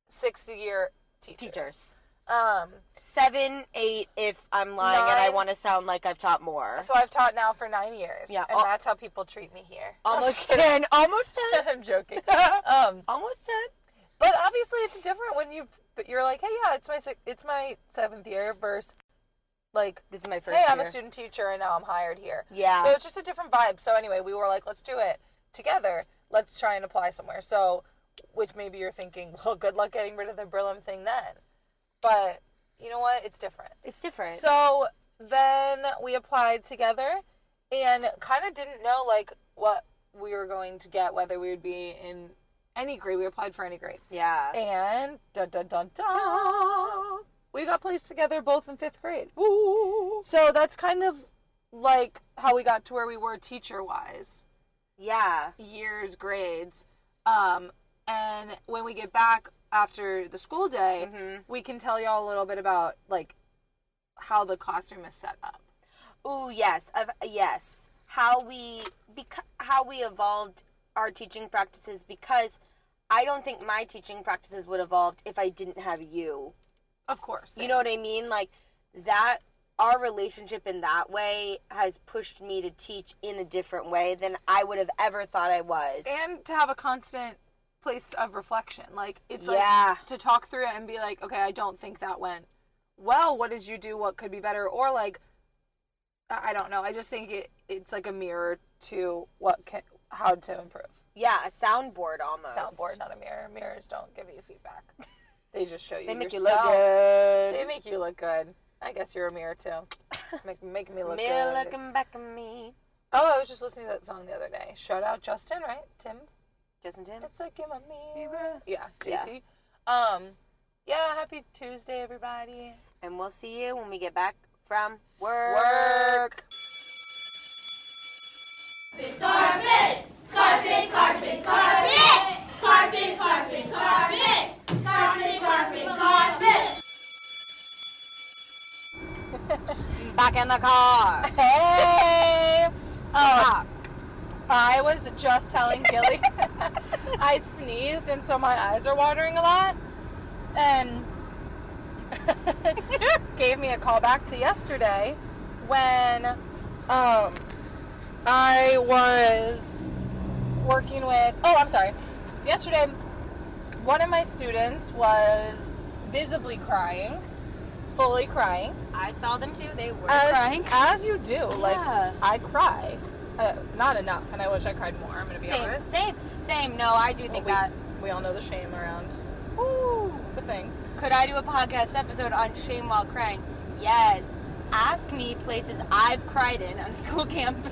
Speaker 5: sixth year teachers.
Speaker 4: teachers.
Speaker 5: Um,
Speaker 4: Seven, eight, if I'm lying and I
Speaker 5: Nine.
Speaker 4: want to sound like I've taught more.
Speaker 5: so I've taught now for nine years.
Speaker 4: Yeah,
Speaker 5: And
Speaker 4: al-
Speaker 5: that's how people treat me here.
Speaker 4: Almost ten. Almost ten.
Speaker 5: I'm joking. Um,
Speaker 4: Almost ten.
Speaker 5: but obviously, it's different when you've but you're like, hey, yeah, it's my si- it's my seventh year versus like,
Speaker 4: This is my
Speaker 5: hey,
Speaker 4: first
Speaker 5: I'm a
Speaker 4: year.
Speaker 5: student teacher and now I'm hired here.
Speaker 4: Yeah.
Speaker 5: So it's just a different vibe. So anyway, we were like, let's do it together. Let's try and apply somewhere. So, which maybe you're thinking, well, good luck getting rid of the Brillam thing then. But you know what? It's different.
Speaker 4: It's different.
Speaker 5: So then we applied together and kind of didn't know like what we were going to get, whether we would be in any grade. We applied for any grade.
Speaker 4: yeah.
Speaker 5: And dun dun dun dun. We got placed together both in fifth grade. So that's kind of like how we got to where we were teacher wise
Speaker 4: Yeah.
Speaker 5: years grades um, and when we get back after the school day we can tell y'all a little bit about like how the classroom is set up
Speaker 4: Ooh, yes. Of yes. How we beca- how we evolved our teaching practices because I don't think my teaching practices would evolved if I didn't have you.
Speaker 5: of course
Speaker 4: You know what I mean? Like that our relationship in that way has pushed me to teach in a different way than I would have ever thought I was.
Speaker 5: and to have a constant place of reflection like it's
Speaker 4: Yeah.
Speaker 5: like to talk through it and be like okay i don't think that went well what did you do what could be better or like i I don't know i just think it it's like a mirror to what can how to improve
Speaker 4: Yeah, a soundboard almost.
Speaker 5: soundboard, not a mirror. Mirrors don't give you feedback. They just show you.
Speaker 4: They make you look
Speaker 5: yourself. They
Speaker 4: good.
Speaker 5: make you look good. I guess you're a mirror too. Make, make me look
Speaker 4: Mirror
Speaker 5: good.
Speaker 4: looking back at me.
Speaker 5: Oh, I was just listening to that song the other day. Shout out Justin, right? Tim.
Speaker 4: Justin Tim.
Speaker 5: It's like you're my mirror. Yeah,
Speaker 4: Yeah.
Speaker 5: JT. Um, yeah. Happy Tuesday, everybody.
Speaker 4: And we'll see you when we get back from work.
Speaker 5: Work.
Speaker 2: Carpet, carpet, carpet, carpet. Carpet, carpet, carpet. Carpet, carpet, carpet.
Speaker 4: Back in the car.
Speaker 5: Hey. Oh, I was just telling Gilly. I sneezed, and so my eyes are watering a lot. And gave me a call back to yesterday when um, I was working with. Oh, I'm sorry. Yesterday, one of my students was visibly crying fully crying.
Speaker 6: I saw them too. They were.
Speaker 5: As,
Speaker 3: crying?
Speaker 5: as you do.
Speaker 4: Yeah.
Speaker 5: Like I cry, uh, not enough, and I wish I cried more. I'm gonna be
Speaker 6: same,
Speaker 5: honest.
Speaker 6: same, same. No, I do think
Speaker 5: we-
Speaker 6: that.
Speaker 5: We all know the shame around. It's a thing.
Speaker 6: Could I do a podcast episode on shame while crying? Yes. Ask me places I've cried in on school campus.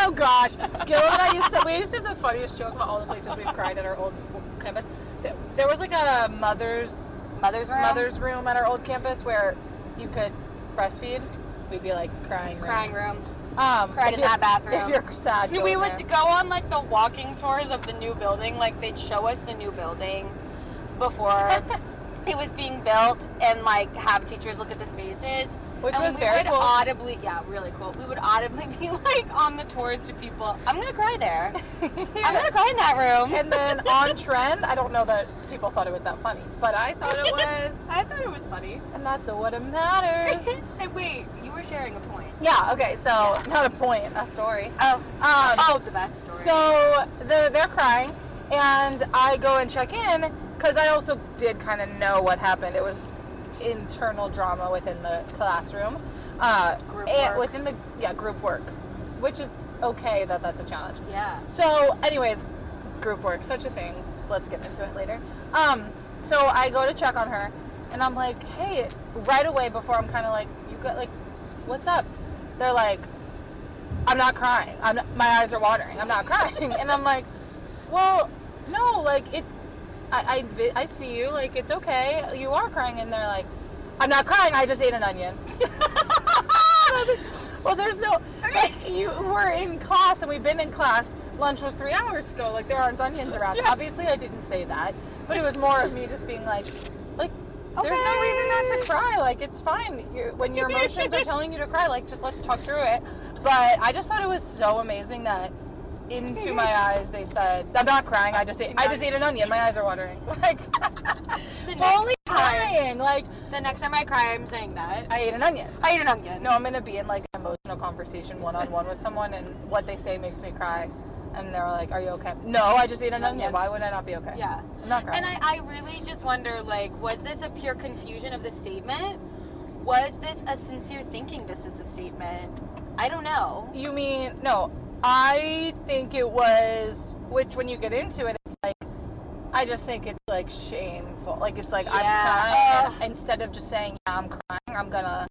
Speaker 5: Oh gosh, Gil and I used to we used to have the funniest joke about all the places we've cried at our old campus. There- There was like a mother's
Speaker 6: Mother's room.
Speaker 5: mother's room at our old campus where you could breastfeed. We'd be like crying, room.
Speaker 6: crying room.
Speaker 5: Um,
Speaker 6: Cried
Speaker 5: if
Speaker 6: in
Speaker 5: you're-
Speaker 6: that bathroom.
Speaker 5: If you're sad, go
Speaker 4: we
Speaker 5: in
Speaker 4: would
Speaker 5: there.
Speaker 4: go on like the walking tours of the new building. Like they'd show us the new building before it was being built, and like have teachers look at the spaces.
Speaker 5: which
Speaker 4: and
Speaker 5: was
Speaker 4: we
Speaker 5: very
Speaker 4: would
Speaker 5: cool.
Speaker 4: audibly, yeah, really cool. We would audibly be like on the tours to people. I'm gonna cry there. I'm gonna cry in that room.
Speaker 5: And then on trend, I don't know that people thought it was that funny, but I thought it was,
Speaker 4: I thought it was funny.
Speaker 5: and that's what it matters.
Speaker 4: hey, wait, you were sharing a point.
Speaker 5: Yeah. Okay. So not a point, a story.
Speaker 4: Oh,
Speaker 5: Um,
Speaker 4: oh, the best story.
Speaker 5: So they're, they're crying, and I go and check in because I also did kind of know what happened. It was internal drama within the classroom, uh,
Speaker 4: Group
Speaker 5: and
Speaker 4: work.
Speaker 5: within the yeah group work, which is okay that that's a challenge.
Speaker 4: yeah.
Speaker 5: So, anyways, group work, such a thing. Let's get into it later. Um, so I go to check on her, and I'm like, hey, right away before I'm kind of like, you got like, what's up? They're like, I'm not crying. I'm not, my eyes are watering. I'm not crying, and I'm like, well, no, like it. I, I vi- I see you. Like it's okay. You are crying, and they're like, I'm not crying. I just ate an onion. I was like, well, there's no. Like, you were in class, and we've been in class. Lunch was three hours ago. Like there aren't onions around. Obviously, I didn't say that, but it was more of me just being like, like. There's no reason not to cry. Like it's fine you when your emotions are telling you to cry. Like just let's talk through it. But I just thought it was so amazing that into my eyes they said, "I'm not crying. I just ate. I just ate an onion. My eyes are watering." Like fully crying. Like
Speaker 4: The next time I cry, I'm saying that.
Speaker 5: I ate an onion.
Speaker 4: I ate an onion.
Speaker 5: No, I'm gonna be in like an emotional conversation one on one with someone, and what they say makes me cry. And they're like, "Are you okay?" No, I just ate an onion. Why would I not be okay?
Speaker 4: Yeah.
Speaker 5: I'm not crying.
Speaker 4: And I, I really just wonder, like, was this a pure confusion of the statement? Was this a sincere thinking this is the statement? I don't know.
Speaker 5: You mean no? I think it was which when you get into it, it's like I just think it's like shameful. Like it's like
Speaker 4: Yeah.
Speaker 5: I'm crying instead of just saying yeah, I'm crying. I'm gonna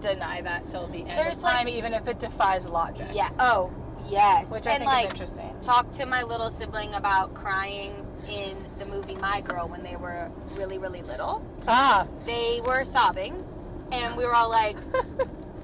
Speaker 5: deny that till the end
Speaker 4: There's,
Speaker 5: of
Speaker 4: like-
Speaker 5: time, even if it defies logic.
Speaker 4: Yeah. Oh, yes.
Speaker 5: which I
Speaker 4: and
Speaker 5: think
Speaker 4: like,
Speaker 5: is interesting.
Speaker 4: talked to my little sibling about crying in the movie My Girl when they were really, really little.
Speaker 5: Ah,
Speaker 4: They were sobbing, and we were all like,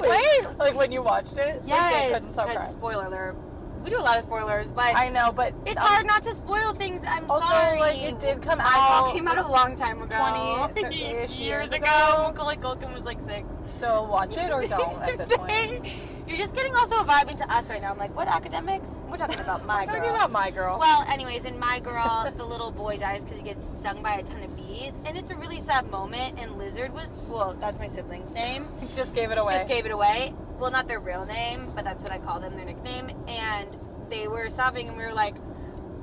Speaker 5: wait, like when you watched it, like, they
Speaker 4: "Yes!"
Speaker 5: couldn't stop
Speaker 4: Because
Speaker 5: crying.
Speaker 4: spoiler alert, we do a lot of spoilers, but
Speaker 5: I know, but
Speaker 4: it's
Speaker 5: um,
Speaker 4: hard not to spoil things. I'm
Speaker 5: Also,
Speaker 4: sorry.
Speaker 5: like it did come
Speaker 4: I
Speaker 5: out
Speaker 4: came out a long time ago.
Speaker 5: 20 -ish years
Speaker 4: ago. Macaulay Culkin was like six.
Speaker 5: So watch it or don't at this point.
Speaker 4: You're just getting also a vibe into us right now. I'm like, what academics? We're talking about my girl.
Speaker 5: Talking about my girl.
Speaker 4: Well, anyways, in My Girl, the little boy dies because he gets stung by a ton of bees, and it's a really sad moment. And Lizard was, well, that's my sibling's name.
Speaker 5: just gave it away.
Speaker 4: Just gave it away. Well, not their real name, but that's what I call them, their nickname. And they were sobbing, and we were like,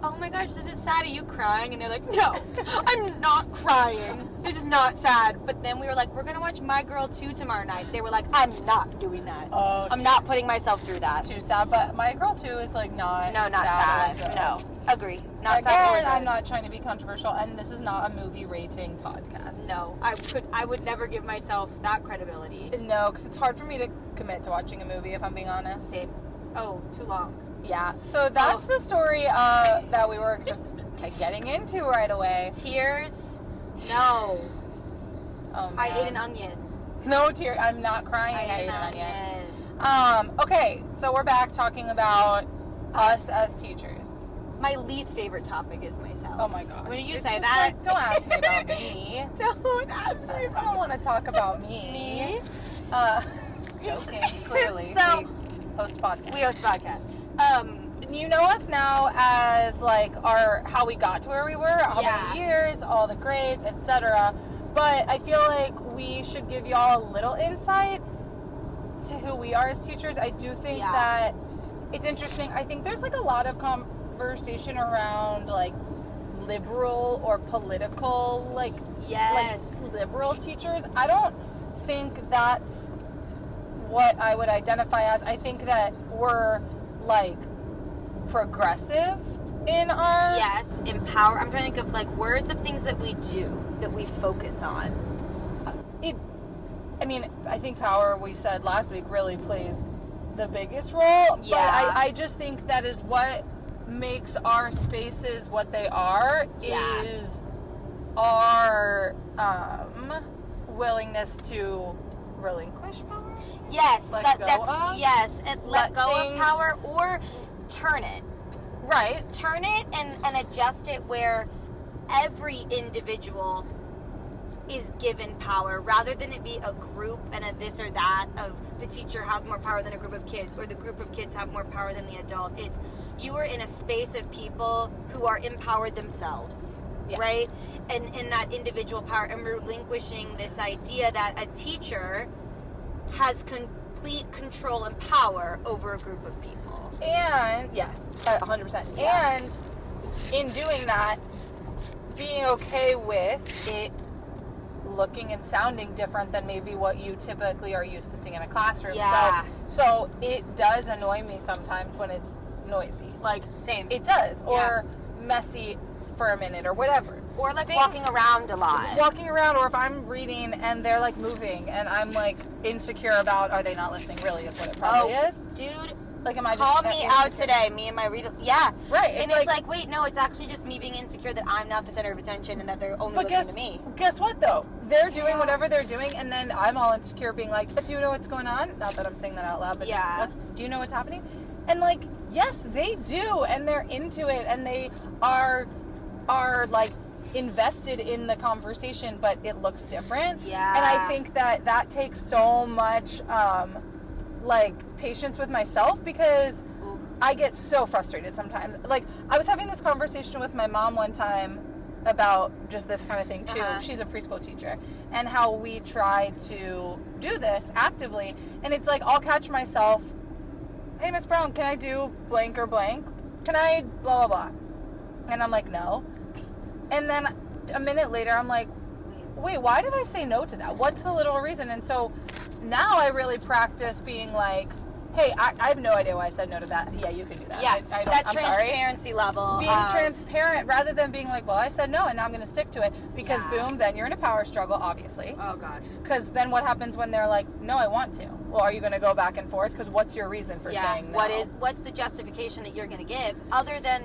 Speaker 4: "Oh my gosh, this is sad. Are you crying?" And they're like, "No, I'm not crying. This is not sad." But then we were like, "We're gonna watch My Girl 2 tomorrow night." They were like, "I'm not doing that.
Speaker 5: Oh,
Speaker 4: I'm not putting myself through that."
Speaker 5: too sad, but my girl too is like not.
Speaker 4: No, not
Speaker 5: sad.
Speaker 4: sad.
Speaker 5: so-
Speaker 4: No, agree. Not sad. or
Speaker 5: Again, I'm
Speaker 4: good.
Speaker 5: not trying to be controversial, and this is not a movie rating podcast.
Speaker 4: No, I could. I would never give myself that credibility.
Speaker 5: No, because it's hard for me to commit to watching a movie if I'm being honest.
Speaker 4: Same. Oh, too long.
Speaker 5: Yeah. So that's the story uh, that we were just k- getting into right away.
Speaker 4: Tears. No,
Speaker 5: Oh,
Speaker 4: I
Speaker 5: man.
Speaker 4: ate an onion.
Speaker 5: No tear. I'm not crying. I, ate an onion.
Speaker 4: onion.
Speaker 5: Um, okay, so we're back talking about us as teachers.
Speaker 4: My least favorite topic is myself.
Speaker 5: Oh my gosh.
Speaker 4: When you
Speaker 5: It's
Speaker 4: say
Speaker 5: just
Speaker 4: that,
Speaker 5: like, don't ask me about me.
Speaker 4: don't ask me
Speaker 5: I don't
Speaker 4: about
Speaker 5: want to talk about me.
Speaker 4: me.
Speaker 5: Uh, joking, clearly.
Speaker 4: So-
Speaker 5: we host podcast.
Speaker 4: We host a podcast. Um,
Speaker 5: You know us now as like our how we got to where we were, how
Speaker 4: Yeah.
Speaker 5: many years, all the grades, etc. But I feel like we should give y'all a little insight to who we are as teachers. I do think
Speaker 4: Yeah.
Speaker 5: that it's interesting. I think there's like a lot of conversation around like liberal or political like
Speaker 4: yes.
Speaker 5: like liberal teachers. I don't don't think that's what I would identify as. I think that we're like progressive in our
Speaker 4: Yes, empower. I'm trying to think of like words of things that we do that we focus on.
Speaker 5: it I mean, I think power we said last week really plays the biggest role. But
Speaker 4: Yeah.
Speaker 5: I, I just think that is what makes our spaces what they are
Speaker 4: Yeah.
Speaker 5: is our um, willingness to relinquish power.
Speaker 4: Yes,
Speaker 5: Let
Speaker 4: that,
Speaker 5: go
Speaker 4: that's
Speaker 5: of?
Speaker 4: yes, and let,
Speaker 5: Let
Speaker 4: go of
Speaker 5: things-
Speaker 4: power or turn it.
Speaker 5: Right.
Speaker 4: turn it and, and adjust it where every individual is given power rather than it be a group and a this or that of the teacher has more power than a group of kids or the group of kids have more power than the adult it's you are in a space of people who are empowered themselves
Speaker 5: Yes.
Speaker 4: right and in that individual power and relinquishing this idea that a teacher has complete control and power over a group of people
Speaker 5: And yes, uh, 100%. And in doing that, being okay with it looking and sounding different than maybe what you typically are used to seeing in a classroom.
Speaker 4: Yeah.
Speaker 5: So, so it does annoy me sometimes when it's noisy. Like
Speaker 4: same
Speaker 5: it does or messy for a minute or whatever.
Speaker 4: or like
Speaker 5: Things-
Speaker 4: walking around a lot
Speaker 5: Walking around or if I'm reading and they're like moving and I'm like insecure about are they not listening really is what it probably
Speaker 4: Oh.
Speaker 5: is.
Speaker 4: dude
Speaker 5: Like am I just
Speaker 4: call
Speaker 5: that
Speaker 4: me
Speaker 5: insecure?
Speaker 4: out today me and my reader yeah
Speaker 5: Right.
Speaker 4: and it's like, wait no it's actually just me being insecure that i'm not the center of attention and that they're only
Speaker 5: But
Speaker 4: listening
Speaker 5: guess,
Speaker 4: to me
Speaker 5: guess what though? They're doing whatever they're doing, and then I'm all insecure, being like, "Do you know what's going on?" Not that I'm saying that out loud, but
Speaker 4: Yeah.
Speaker 5: just, what, do you know what's happening? And like, yes, they do, and they're into it, and they are are like invested in the conversation, but it looks different.
Speaker 4: Yeah.
Speaker 5: And I think that that takes so much um, like patience with myself because I get so frustrated sometimes. Like I was having this conversation with my mom one time about just this kind of thing too.
Speaker 4: Uh-huh.
Speaker 5: She's a preschool teacher and how we try to do this actively and it's like I'll catch myself, "Hey Miss Brown, can I do blank or blank? Can I blah blah blah?" And I'm like, "No." And then a minute later I'm like, wait, why did I say no to that? What's the little reason? And so now I really practice being like, hey, I, I have no idea why I said no to that. Yeah, you can do that.
Speaker 4: yeah
Speaker 5: I, I don't,
Speaker 4: that
Speaker 5: I'm sorry.
Speaker 4: transparency level um,
Speaker 5: Being
Speaker 4: of-
Speaker 5: transparent rather than being like, well, I said no and now I'm going to stick to it because
Speaker 4: Yeah.
Speaker 5: boom, then you're in a power struggle, obviously.
Speaker 4: oh gosh
Speaker 5: Because then what happens when they're like, no, I want to? Well, are you going to go back and forth? Because what's your reason for
Speaker 4: yeah
Speaker 5: saying no?
Speaker 4: what is what's the justification that you're gonna give other than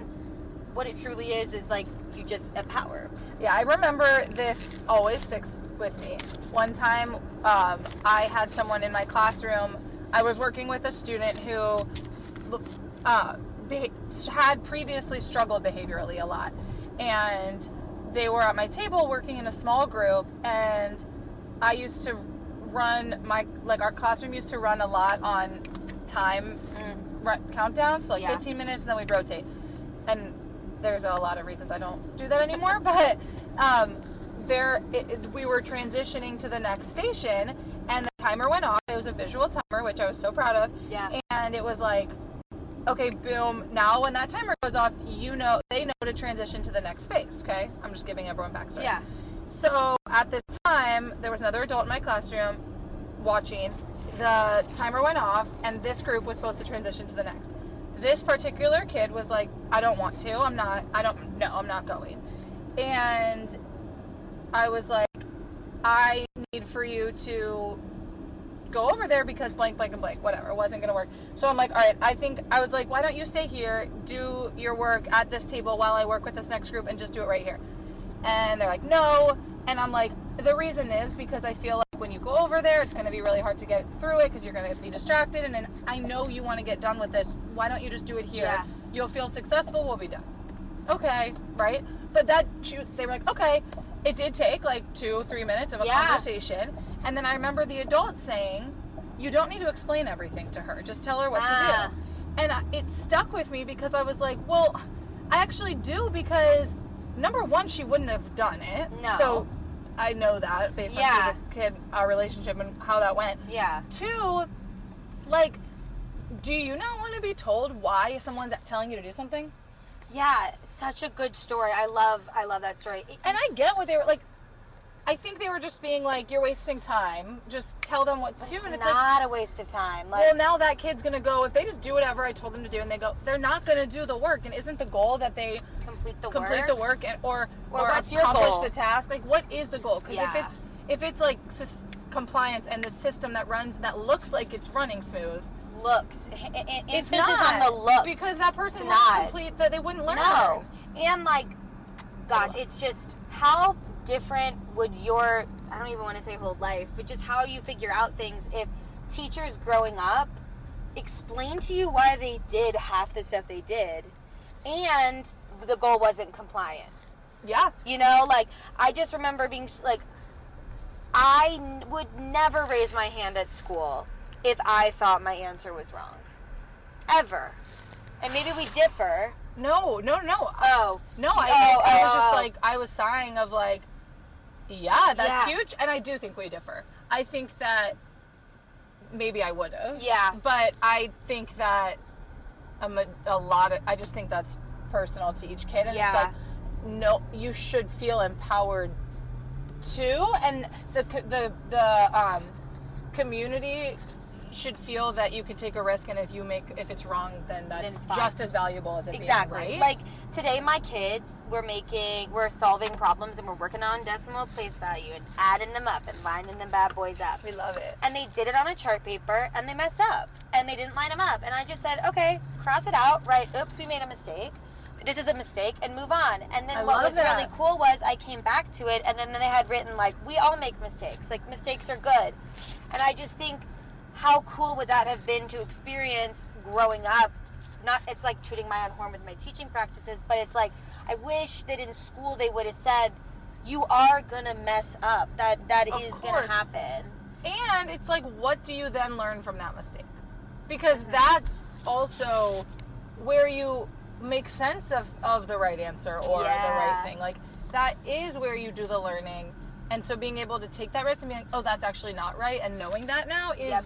Speaker 4: what it truly is is like you just a power
Speaker 5: Yeah, I remember this always sticks with me. One time, um, I had someone in my classroom. I was working with a student who uh, beha- had previously struggled behaviorally a lot, and they were at my table working in a small group. And I used to run my like our classroom used to run a lot on time run- countdowns, so like
Speaker 4: Yeah.
Speaker 5: 15 minutes, and then we'd rotate. And there's a lot of reasons I don't do that anymore, but um, there it, it- we were transitioning to the next station, and the timer went off. It was a visual timer, which I was so proud of.
Speaker 4: Yeah.
Speaker 5: And it was like, okay, boom. Now when that timer goes off, you know they know to transition to the next space. Okay, I'm just giving everyone backstory.
Speaker 4: yeah
Speaker 5: So at this time, there was another adult in my classroom watching. The timer went off, and this group was supposed to transition to the next. This particular kid was like, I don't want to. I'm not, I don't, no, I'm not going. And I was like, I need for you to go over there because blank, blank, and blank, whatever. It wasn't going to work. So I'm like, all right, I think, I was like, why don't you stay here, do your work at this table while I work with this next group and just do it right here? And they're like, no. And I'm like, the reason is because I feel like when you go over there, it's going to be really hard to get through it because you're going to be distracted. And then I know you want to get done with this. Why don't you just do it here?
Speaker 4: Yeah.
Speaker 5: You'll feel successful. We'll be done. Okay, right? But that, she, they were like, okay. It did take like two, three minutes of a
Speaker 4: Yeah.
Speaker 5: conversation. And then I remember the adult saying, you don't need to explain everything to her. Just tell her what
Speaker 4: Ah.
Speaker 5: to do. And I, it stuck with me because I was like, well, I actually do because number one, she wouldn't have done it.
Speaker 4: No.
Speaker 5: So I know that based
Speaker 4: Yeah.
Speaker 5: on the kid our relationship and how that went.
Speaker 4: yeah
Speaker 5: Two, like, do you not want to be told why someone's telling you to do something?
Speaker 4: yeah such a good story i love i love that story
Speaker 5: And I get what they were like. I think they were just being like, "You're wasting time. Just tell them what to do." And
Speaker 4: it's
Speaker 5: it's like,
Speaker 4: not a waste of time. Like,
Speaker 5: well, now that kid's gonna go if they just do whatever I told them to do, and they go, they're not gonna do the work. And isn't the goal that they
Speaker 4: complete the
Speaker 5: complete
Speaker 4: work.
Speaker 5: the work and or
Speaker 4: Well,
Speaker 5: or
Speaker 4: what's your
Speaker 5: accomplish
Speaker 4: goal?
Speaker 5: the task? Like, what is the goal? Because
Speaker 4: Yeah.
Speaker 5: if it's if it's like sys- compliance and the system that runs that looks like it's running smooth,
Speaker 4: Looks. H- h- h-
Speaker 5: it's
Speaker 4: emphasis
Speaker 5: not
Speaker 4: on the looks.
Speaker 5: because that person
Speaker 4: It's
Speaker 5: wouldn't
Speaker 4: not.
Speaker 5: complete that they wouldn't learn.
Speaker 4: No. And like, gosh, it's just how different would your, I don't even want to say whole life, but just how you figure out things if teachers growing up explain to you why they did half the stuff they did and the goal wasn't compliant.
Speaker 5: Yeah,
Speaker 4: You know, like I just remember being s- like, I n- would never raise my hand at school if I thought my answer was wrong, ever. And maybe we differ.
Speaker 5: no, no, no.
Speaker 4: Oh,
Speaker 5: No, I,
Speaker 4: Oh,
Speaker 5: I was
Speaker 4: oh,
Speaker 5: just
Speaker 4: oh.
Speaker 5: like I was sighing of like, yeah, that's
Speaker 4: Yeah.
Speaker 5: huge, and I do think we differ. I think that maybe I would have.
Speaker 4: Yeah.
Speaker 5: but I think that I'm a, a lot of. I just think that's personal to each kid, and
Speaker 4: Yeah.
Speaker 5: it's like no, you should feel empowered too, and the co- the the um, community should feel that you can take a risk, and if you make if it's wrong, then that's
Speaker 4: it's fine.
Speaker 5: just as valuable as it being
Speaker 4: exactly.
Speaker 5: right.
Speaker 4: Like today, my kids we're making, we're solving problems, and we're working on decimal place value and adding them up and lining them bad boys up.
Speaker 5: we love it.
Speaker 4: and they did it on a chart paper and they messed up and they didn't line them up and i just said okay cross it out right oops we made a mistake this is a mistake and move on and then
Speaker 5: I
Speaker 4: what
Speaker 5: love
Speaker 4: was
Speaker 5: that.
Speaker 4: really cool was i came back to it and then they had written like we all make mistakes like mistakes are good and i just think how cool would that have been to experience growing up not it's like tooting my own horn with my teaching practices but it's like i wish that in school they would have said you are gonna mess up that that
Speaker 5: Of
Speaker 4: is gonna
Speaker 5: course.
Speaker 4: happen
Speaker 5: And it's like, what do you then learn from that mistake? Because
Speaker 4: Mm-hmm.
Speaker 5: that's also where you make sense of, of the right answer or the right
Speaker 4: Yeah.
Speaker 5: thing. Like, that is where you do the learning. And so being able to take that risk and being like, oh, that's actually not right, and knowing that now is
Speaker 4: Yep.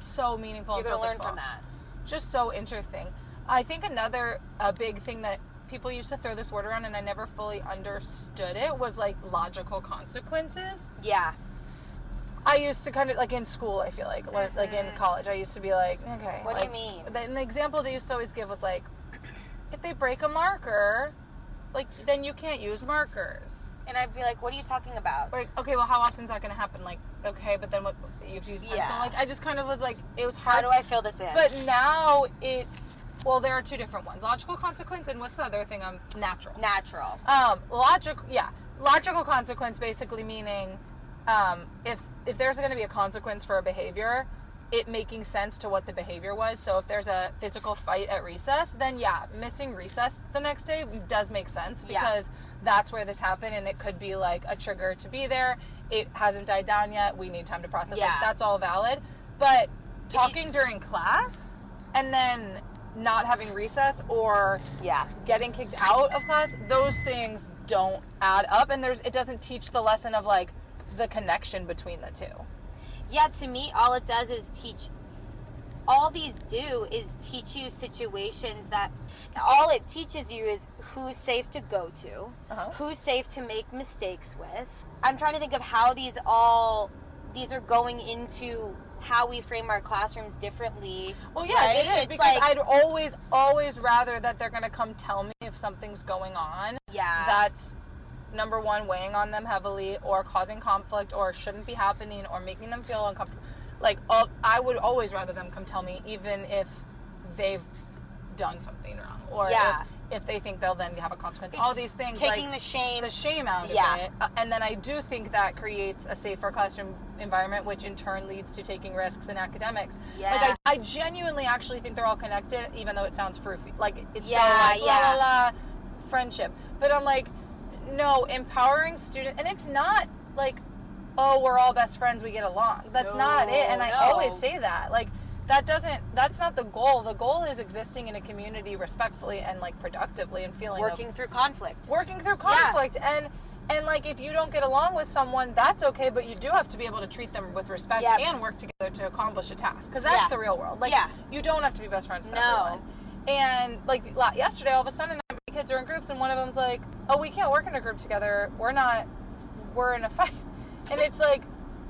Speaker 5: so meaningful.
Speaker 4: you're
Speaker 5: and
Speaker 4: gonna learn
Speaker 5: purposeful
Speaker 4: from that
Speaker 5: just so interesting. I think another a big thing that people used to throw this word around and I never fully understood it was like logical consequences.
Speaker 4: Yeah.
Speaker 5: I used to kind of like in school. I feel like lear- like in college, I used to be like, okay,
Speaker 4: Mm-hmm. What do you
Speaker 5: like-
Speaker 4: mean?
Speaker 5: The, an example they used to always give was like, if they break a marker, like then you can't use markers.
Speaker 4: And I'd be like, what are you talking about?
Speaker 5: Or, Like, okay, well, how often is that going to happen? Like, okay, but then what? You have to use pencil.
Speaker 4: Yeah.
Speaker 5: Like, I just kind of was like, it was
Speaker 4: How
Speaker 5: hard
Speaker 4: do I fill this in?
Speaker 5: but now it's well, there are two different ones: logical consequence and what's the other thing? I'm natural.
Speaker 4: Natural.
Speaker 5: Um, logical, yeah, logical consequence basically meaning um, if if there's going to be a consequence for a behavior, it making sense to what the behavior was. So if there's a physical fight at recess, then yeah, missing recess the next day does make sense
Speaker 4: Yeah.
Speaker 5: because that's where this happened, and it could be like a trigger to be there. It hasn't died down yet. We need time to process.
Speaker 4: Yeah.
Speaker 5: Like, that's all valid, but talking during class and then not having recess or
Speaker 4: Yeah.
Speaker 5: getting kicked out of class, those things don't add up, and there's it doesn't teach the lesson of like the connection between the two.
Speaker 4: Yeah, to me, all it does is teach. All these do is teach you situations that. All it teaches you is who's safe to go to,
Speaker 5: Uh-huh.
Speaker 4: who's safe to make mistakes with. I'm trying to think of how these all. These are going into how we frame our classrooms differently.
Speaker 5: Well, yeah,
Speaker 4: right?
Speaker 5: it is
Speaker 4: It's
Speaker 5: because
Speaker 4: like-
Speaker 5: I'd always, always rather that they're gonna come tell me if something's going on
Speaker 4: Yeah.
Speaker 5: that's number one weighing on them heavily or causing conflict or shouldn't be happening or making them feel uncomfortable. Like all, I would always rather them come tell me even if they've done something wrong or
Speaker 4: Yeah.
Speaker 5: if, if they think they'll then have a consequence. all
Speaker 4: It's
Speaker 5: these things
Speaker 4: taking
Speaker 5: like,
Speaker 4: the shame.
Speaker 5: the shame out
Speaker 4: Yeah.
Speaker 5: of it. Uh, And then I do think that creates a safer classroom environment, which in turn leads to taking risks in academics.
Speaker 4: Yeah.
Speaker 5: Like I, I genuinely actually think they're all connected, even though it sounds froofy. Like it's
Speaker 4: Yeah,
Speaker 5: so like la
Speaker 4: yeah.
Speaker 5: la la friendship. But I'm like, no, empowering students, and it's not like, oh, we're all best friends, we get along. That's not it. And I
Speaker 7: No,
Speaker 5: always
Speaker 7: no.
Speaker 5: say that. Like that doesn't that's not the goal. The goal is existing in a community respectfully and like productively and feeling okay
Speaker 4: working through conflict.
Speaker 5: working through conflict and and like if you don't get along with someone that's okay but you do have to be able to treat them with respect
Speaker 4: Yep.
Speaker 5: and work together to accomplish a task because that's
Speaker 4: Yeah.
Speaker 5: the real world like
Speaker 4: Yeah.
Speaker 5: you don't have to be best friends with
Speaker 4: No.
Speaker 5: everyone and like la- yesterday all of a sudden my kids are in groups and one of them's like oh we can't work in a group together we're not we're in a fight and it's like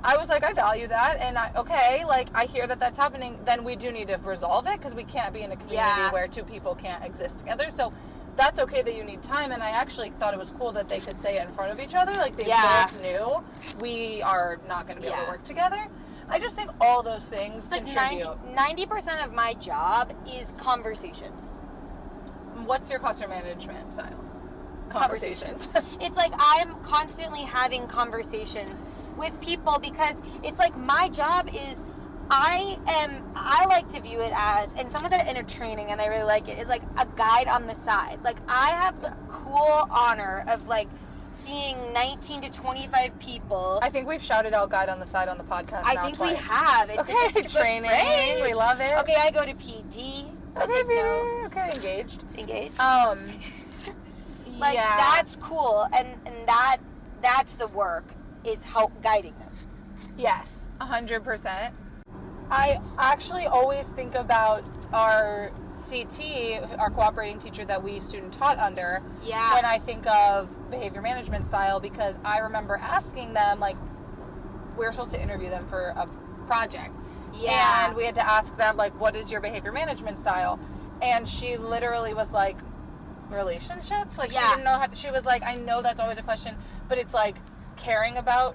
Speaker 5: I was like, I value that, and I okay, like I hear that that's happening. Then we do need to resolve it because we can't be in a community
Speaker 4: Yeah.
Speaker 5: where two people can't exist together. So that's okay that you need time. And I actually thought it was cool that they could say it in front of each other, like they
Speaker 4: Yeah.
Speaker 5: both knew we are not going to be able
Speaker 4: Yeah.
Speaker 5: to work together. I just think all those things
Speaker 4: It's
Speaker 5: contribute.
Speaker 4: like 90 percent of my job is conversations.
Speaker 5: What's your customer management style? Conversations.
Speaker 4: It's like I'm constantly having conversations with people because it's like my job is I am I like to view it as and someone said it in a training and I really like it is like a guide on the side. Like I have the cool honor of like seeing 19 to 25 people.
Speaker 5: I think we've shouted out "guide on the side" on the podcast.
Speaker 4: I
Speaker 5: now
Speaker 4: think we
Speaker 5: twice.
Speaker 4: have. It's
Speaker 5: Okay,
Speaker 4: just a
Speaker 5: training.
Speaker 4: phrase.
Speaker 5: We love it.
Speaker 4: Okay, I go to PD. I
Speaker 5: Okay,
Speaker 4: take
Speaker 5: baby.
Speaker 4: notes.
Speaker 5: Okay, engaged.
Speaker 4: Engaged.
Speaker 5: Um,
Speaker 4: like
Speaker 5: yeah.
Speaker 4: that's cool and and that that's the work is help guiding them
Speaker 5: yes, hundred percent. I actually always think about our CT, our cooperating teacher that we student taught under,
Speaker 4: yeah
Speaker 5: when I think of behavior management style because I remember asking them like we we're supposed to interview them for a project.
Speaker 4: Yeah.
Speaker 5: And we had to ask them like what is your behavior management style? And she literally was like relationships? Like she
Speaker 4: Yeah.
Speaker 5: didn't know how she was like I know that's always a question, but it's like caring about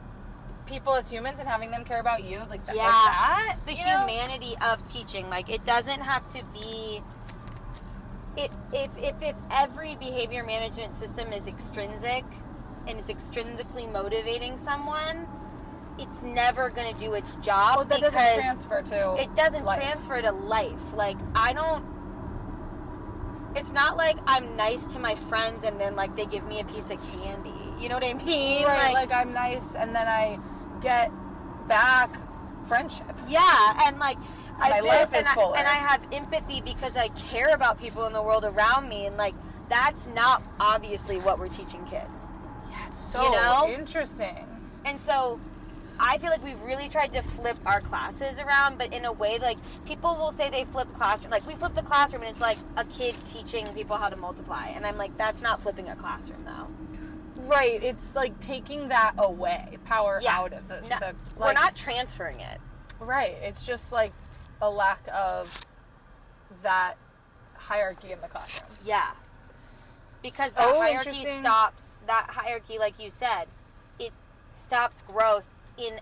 Speaker 5: people as humans and having them care about you like, th- like
Speaker 4: Yeah.
Speaker 5: that.
Speaker 4: the
Speaker 5: you know?
Speaker 4: humanity of teaching like it doesn't have to be it, if, if, if every behavior management system is extrinsic and it's extrinsically motivating someone it's never going to do its job
Speaker 5: Well, that
Speaker 4: because
Speaker 5: doesn't transfer to
Speaker 4: it doesn't
Speaker 5: life.
Speaker 4: transfer to life. Like I don't. It's not like I'm nice to my friends and then like they give me a piece of candy. You know what I mean?
Speaker 5: right,
Speaker 4: Like,
Speaker 5: like I'm nice and then I get back friendship.
Speaker 4: yeah, and like I
Speaker 5: My
Speaker 4: live
Speaker 5: life
Speaker 4: and
Speaker 5: is
Speaker 4: I,
Speaker 5: fuller.
Speaker 4: and I have empathy because I care about people in the world around me, and like that's not obviously what we're teaching kids.
Speaker 5: So
Speaker 4: You know?
Speaker 5: interesting.
Speaker 4: And so I feel like we've really tried to flip our classes around, but in a way, like people will say they flip classroom. Like we flip the classroom, and it's like a kid teaching people how to multiply. And I'm like, that's not flipping a classroom, though.
Speaker 5: Right. It's like taking that away, power
Speaker 4: Yeah.
Speaker 5: out of the.
Speaker 4: No,
Speaker 5: the
Speaker 4: We're
Speaker 5: like-
Speaker 4: not transferring it.
Speaker 5: Right. It's just like a lack of that hierarchy in the classroom.
Speaker 4: Yeah, because that
Speaker 5: So
Speaker 4: hierarchy
Speaker 5: Oh, interesting.
Speaker 4: stops. That hierarchy, like you said, it stops growth in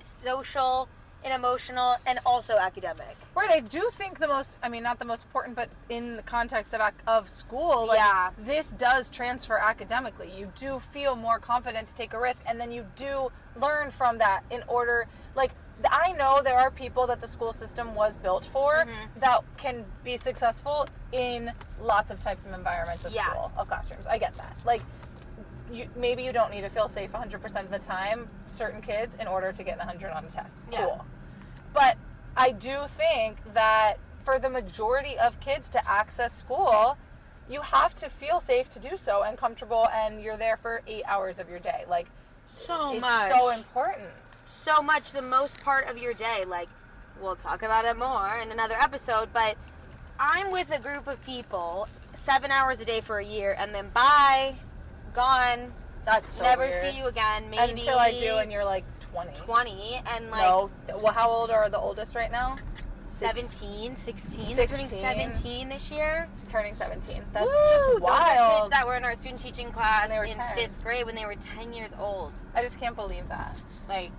Speaker 4: social, and emotional, and also academic.
Speaker 5: Right. I do think the most, I mean, not the most important, but in the context of, ac- of school, like,
Speaker 4: Yeah.
Speaker 5: this does transfer academically. You do feel more confident to take a risk, and then you do learn from that in order, like, th- I know there are people that the school system was built for
Speaker 4: Mm-hmm.
Speaker 5: that can be successful in lots of types of environments of
Speaker 4: Yeah.
Speaker 5: school, of classrooms. I get that. Like, you, maybe you don't need to feel safe 100% of the time, certain kids, in order to get an 100 on a test.
Speaker 4: Yeah.
Speaker 5: Cool. But I do think that for the majority of kids to access school, you have to feel safe to do so and comfortable, and you're there for eight hours of your day. Like,
Speaker 4: So
Speaker 5: it's so important.
Speaker 4: so much the most part of your day. Like, we'll talk about it more in another episode, but I'm with a group of people seven hours a day for a year, and then bye, gone,
Speaker 5: That's so
Speaker 4: never
Speaker 5: weird.
Speaker 4: see you again, maybe.
Speaker 5: until I do, and you're like 20.
Speaker 4: 20, and like
Speaker 5: no. Well, how old are the oldest right now?
Speaker 4: 17, 16. They're turning
Speaker 5: 16.
Speaker 4: 17 this year.
Speaker 5: Turning 17. That's
Speaker 4: Woo! Those
Speaker 5: just
Speaker 4: are
Speaker 5: wild.
Speaker 4: kids that were in our student teaching class
Speaker 5: They were
Speaker 4: in
Speaker 5: 10.
Speaker 4: fifth grade when they were 10 years old.
Speaker 5: I just can't believe that.
Speaker 4: Like,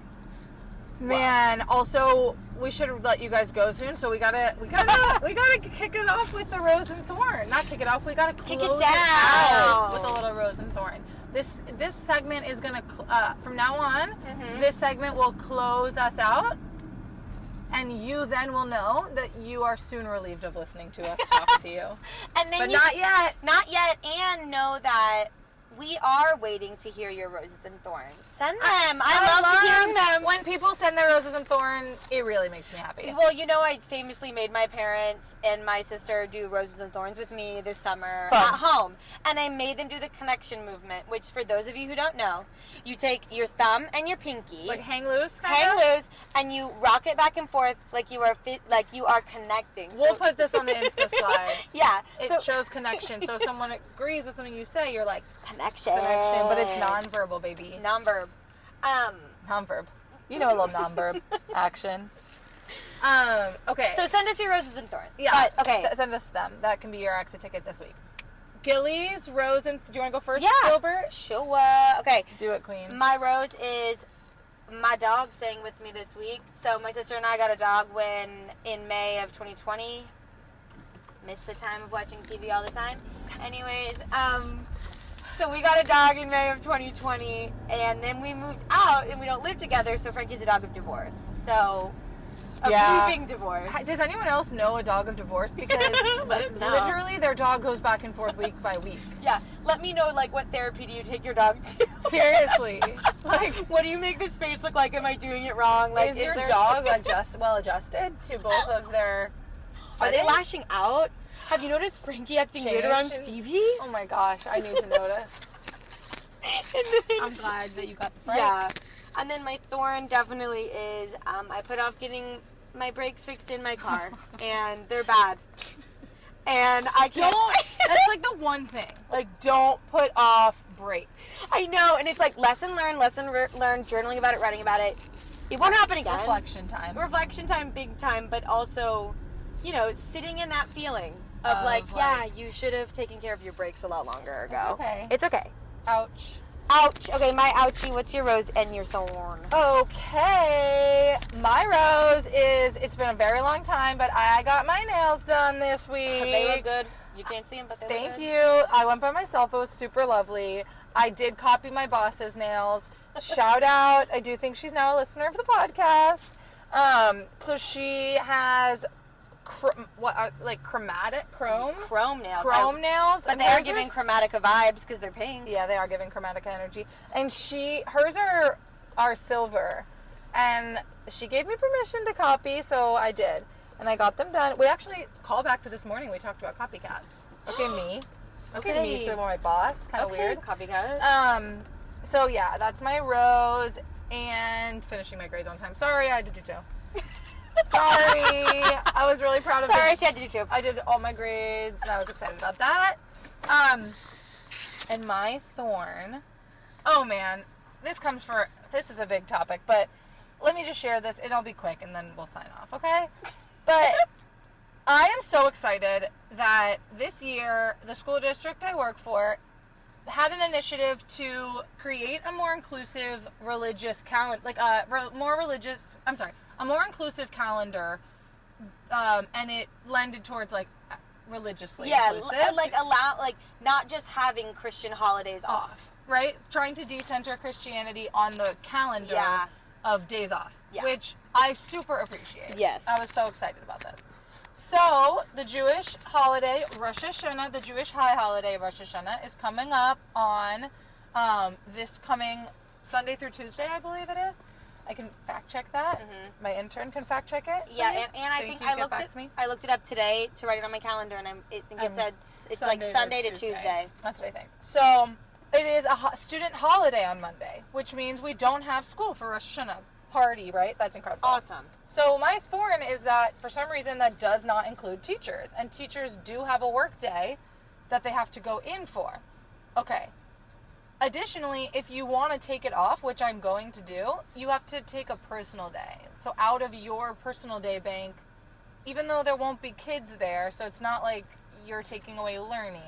Speaker 5: Man, also we should let you guys go soon, so we gotta we gotta we gotta kick it off with the rose and thorn. Not kick it off, we gotta close
Speaker 4: Kick it
Speaker 5: out
Speaker 4: down.
Speaker 5: with a little rose and thorn. This this segment is gonna cl- uh, from now on.
Speaker 4: Mm-hmm.
Speaker 5: This segment will close us out, and you then will know that you are soon relieved of listening to us talk to you,
Speaker 4: and then
Speaker 5: but
Speaker 4: you
Speaker 5: not yet.
Speaker 4: Not yet, and know that we are waiting to hear your roses and thorns. Send them. I, love, hearing them.
Speaker 5: When people send their roses and thorn, it really makes me happy.
Speaker 4: Well, you know, I famously made my parents and my sister do roses and thorns with me this summer
Speaker 5: Fun.
Speaker 4: at home, and I made them do the connection movement, which, for those of you who don't know, you take your thumb and your pinky,
Speaker 5: Like hang loose, kinda?
Speaker 4: hang loose, and you rock it back and forth like you are fi- like you are connecting.
Speaker 5: We'll
Speaker 4: So-
Speaker 5: put this on the Insta slide.
Speaker 4: yeah,
Speaker 5: It
Speaker 4: so
Speaker 5: shows connection. So if someone agrees with something you say, you're like
Speaker 4: connection,
Speaker 5: connection, but it's nonverbal, baby.
Speaker 4: number. Um,
Speaker 8: Nonverb. You know a little nonverb action.
Speaker 5: Um, okay.
Speaker 9: So send us your roses and thorns.
Speaker 5: yeah.
Speaker 4: but okay.
Speaker 5: Th- send us them. That can be your exit ticket this week. Gillies, Rose, and do you want to go first?
Speaker 4: Yeah.
Speaker 5: Gilbert,
Speaker 4: Showa. Okay.
Speaker 5: do it, Queen.
Speaker 4: My rose is my dog staying with me this week. So my sister and I got a dog when in May of 2020. Missed the time of watching TV all the time. Anyways, um, so we got a dog in May of 2020, and then we moved out, and we don't live together. So Frankie's a dog of divorce. So a
Speaker 5: Yeah.
Speaker 4: moving divorce.
Speaker 5: Hi- Mm, Does anyone else know a dog of divorce? Because
Speaker 4: Let us know.
Speaker 5: literally their dog goes back and forth week by week.
Speaker 4: Yeah, let me know like what therapy do you take your dog to?
Speaker 5: Seriously.
Speaker 4: like, what do you make the space look like? Am I doing it wrong? Like,
Speaker 5: is, your
Speaker 4: there-
Speaker 5: dog adjust well adjusted to both of their
Speaker 4: Are they
Speaker 5: settings?
Speaker 4: lashing out? Have you noticed Frankie acting weird around
Speaker 5: Change.
Speaker 4: Stevie?
Speaker 5: Oh my gosh, I need to notice.
Speaker 9: I'm glad that you got the
Speaker 4: yeah. And then my thorn definitely is um, I put off getting my brakes fixed in my car, and they're bad. And I can't.
Speaker 5: That's like the one thing. Like don't put off breaks.
Speaker 4: I know, and it's like lesson learned, lesson re- learned, journaling about it, writing about it. It won't happen again.
Speaker 5: Reflection time.
Speaker 4: reflection time big time but also you know sitting in that feeling of,
Speaker 5: Of,
Speaker 4: like,
Speaker 5: like-
Speaker 4: yeah you should have taken care of your breaks a lot longer ago
Speaker 5: okay.
Speaker 4: it's okay
Speaker 5: Ouch.
Speaker 4: ouch okay my ouchie what's your rose and your thorn
Speaker 5: Okay, my rose is. It's been a very long time, but I got my nails done this week.
Speaker 4: they look good you can't see them but they look
Speaker 5: Thank
Speaker 4: good.
Speaker 5: you. I went by myself. It was super lovely. I did copy my boss's nails. Shout out. I do think she's now a listener of the podcast. Um, so she has cr- what are, like chromatic chrome
Speaker 4: chrome nails
Speaker 5: chrome
Speaker 4: I-
Speaker 5: nails,
Speaker 4: but
Speaker 5: and
Speaker 4: they are
Speaker 5: hers
Speaker 4: giving
Speaker 5: s-
Speaker 4: chromatica vibes because they're pink
Speaker 5: Yeah, they are giving chromatica energy. And she hers are are silver. And she gave me permission to copy, so I did. And I got them done. We actually call back to this morning we talked about copycats. Okay, me. Okay, me
Speaker 4: Okay.
Speaker 5: to my boss. Kinda weird.
Speaker 4: copycat
Speaker 5: Um so yeah, that's my rose and finishing my grades on time. Sorry, I had to do two. Sorry. I was really proud of the
Speaker 4: sorry she had to do two
Speaker 5: I did all my grades and I was excited about that. Um, and my thorn. Oh man, this comes for this is a big topic, but let me just share this. It'll be quick and then we'll sign off, okay? But I am so excited that this year the school district I work for had an initiative to create a more inclusive religious calendar, like a re- more religious. I'm sorry, a more inclusive calendar, um, and it lended towards like uh, religiously
Speaker 4: yeah l- uh,
Speaker 5: inclusive
Speaker 4: like allow like not just having christian holidays off
Speaker 5: off, right? Trying to decenter Christianity on the calendar
Speaker 4: Yeah.
Speaker 5: of days off,
Speaker 4: Yeah.
Speaker 5: which I super appreciate.
Speaker 4: Yes.
Speaker 5: I was so excited about this. So, the Jewish holiday Rosh Hashanah, the Jewish high holiday Rosh Hashanah, is coming up on um, this coming Sunday through Tuesday, I believe it is. I can fact check that. My intern can fact check it.
Speaker 4: Mm-hmm. Yeah,
Speaker 5: please.
Speaker 4: and, and I
Speaker 5: Thank
Speaker 4: think
Speaker 5: you.
Speaker 4: I
Speaker 5: Get
Speaker 4: looked
Speaker 5: back
Speaker 4: it.
Speaker 5: to me.
Speaker 4: I looked it up today to write it on my calendar, and I'm, I think it
Speaker 5: Um,
Speaker 4: said s- it's like Sunday to Tuesday.
Speaker 5: That's what I think. So it is a ho- student holiday on Monday, which means we don't have school for Rosh Hashanah party, right? That's incredible.
Speaker 4: Awesome.
Speaker 5: So my thorn is that for some reason that does not include teachers, and teachers do have a work day that they have to go in for. Okay. Additionally, if you want to take it off, which I'm going to do, you have to take a personal day. So out of your personal day bank, even though there won't be kids there, so it's not like you're taking away learning.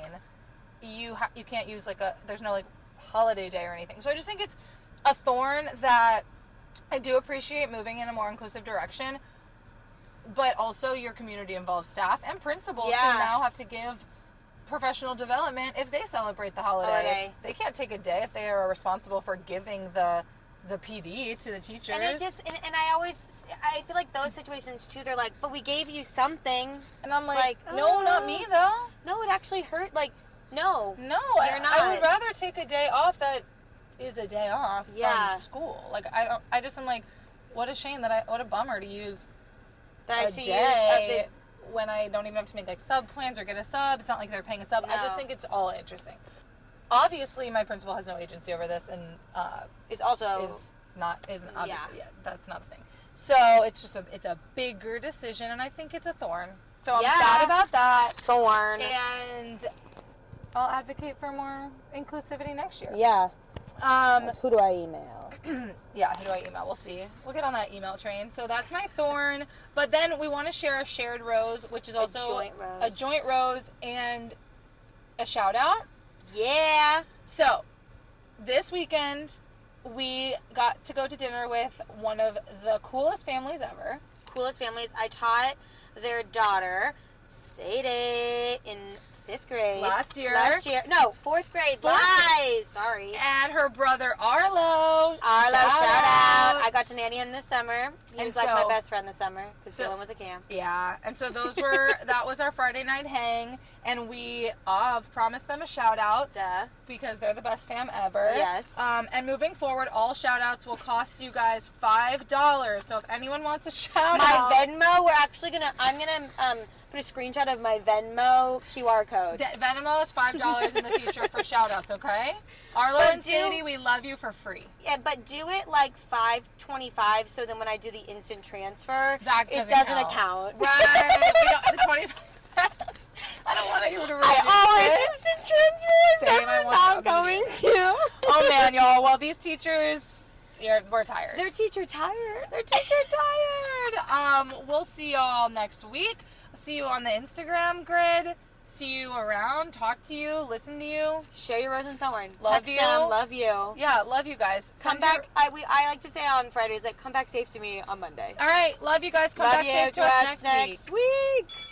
Speaker 5: You ha- you can't use like a there's no like holiday day or anything. So I just think it's a thorn that I do appreciate moving in a more inclusive direction, but also your community involved staff and principals
Speaker 4: Yeah.
Speaker 5: who now have to give professional development if they celebrate the holiday.
Speaker 4: Holiday.
Speaker 5: They can't take a day if they are responsible for giving the the PD to the teachers.
Speaker 4: And it just and, and I always I feel like those situations too. They're like, but we gave you something.
Speaker 5: and I'm like,
Speaker 4: like,
Speaker 5: no, not
Speaker 4: "Oh."
Speaker 5: me though.
Speaker 4: No, it actually hurt. Like, no.
Speaker 5: No, I-
Speaker 4: You're
Speaker 5: I would
Speaker 4: not.
Speaker 5: rather take a day off that is a day off
Speaker 4: Yeah.
Speaker 5: from school. Like I don't. I just am like, what a shame that I. What a bummer to use
Speaker 4: That I
Speaker 5: a
Speaker 4: have to use
Speaker 5: day
Speaker 4: a
Speaker 5: when I don't even have to make like sub plans or get a sub. It's not like they're paying a sub. I just
Speaker 4: No.
Speaker 5: think it's all interesting. Obviously, my principal has no agency over this, and uh,
Speaker 4: big, is also
Speaker 5: is not is not
Speaker 4: Yeah.
Speaker 5: yeah, that's not a thing. So it's just a it's a bigger decision, and I think it's a thorn. So I'm
Speaker 4: Yeah.
Speaker 5: sad about that,
Speaker 4: thorn.
Speaker 5: and I'll advocate for more inclusivity next year.
Speaker 4: Yeah.
Speaker 5: Um,
Speaker 4: Who do I email?
Speaker 5: yeah, who do I email? We'll see. We'll get on that email train. So that's my thorn. But then we want to share a shared rose, which is also
Speaker 4: joint rose.
Speaker 5: a joint rose and a shout out.
Speaker 4: Yeah.
Speaker 5: So, this weekend, we got to go to dinner with one of the coolest families ever.
Speaker 4: Coolest families. I taught their daughter, Sadie, in fifth grade.
Speaker 5: Last year.
Speaker 4: Last year. No, fourth grade.
Speaker 5: Fourth
Speaker 4: Lies. Sorry.
Speaker 5: And her brother Arlo.
Speaker 4: Arlo, shout, out. I got to nanny him this summer. He
Speaker 5: And
Speaker 4: was like
Speaker 5: so-
Speaker 4: my best friend this summer because
Speaker 5: So-
Speaker 4: Dylan was a camp.
Speaker 5: Yeah, and so those were that was our Friday night hang, and we uh, have promised them a shout out
Speaker 4: Duh.
Speaker 5: because they're the best fam ever.
Speaker 4: Yes.
Speaker 5: Um, and moving forward, all shout outs will cost you guys five dollars. So if anyone wants a shout out,
Speaker 4: My Venmo, we're actually gonna. I'm gonna um, put a screenshot of my Venmo QR code.
Speaker 5: Th- Venmo is five dollars in the future for shout outs, okay? Arlo
Speaker 4: But
Speaker 5: and
Speaker 4: do-
Speaker 5: Sadie, we love you for free.
Speaker 4: Yeah, but do it like 525 so then when I do the instant transfer,
Speaker 5: That
Speaker 4: it
Speaker 5: doesn't
Speaker 4: doesn't
Speaker 5: count.
Speaker 4: account.
Speaker 5: Right. we don't, the twenty five I don't want you to reduce
Speaker 4: I
Speaker 5: it.
Speaker 4: always instant transfer is
Speaker 5: Same, I
Speaker 4: never
Speaker 5: want
Speaker 4: not
Speaker 5: that money.
Speaker 4: going to.
Speaker 5: Oh man, y'all. Well these teachers you're, we're tired.
Speaker 4: Their teacher tired.
Speaker 5: They're teacher tired. Um, we'll see y'all next week. See you on the Instagram grid. See you around. Talk to you. Listen to you.
Speaker 4: Share your rose and thorn.
Speaker 5: Love
Speaker 4: Text
Speaker 5: you.
Speaker 4: Them, love you.
Speaker 5: Yeah, love you guys.
Speaker 4: Come
Speaker 5: Send your-
Speaker 4: back. I, we, I like to say on Fridays, like, come back safe to me on Monday.
Speaker 5: All right, love you guys. Come
Speaker 4: love
Speaker 5: back
Speaker 4: you.
Speaker 5: safe to us next week.
Speaker 4: week.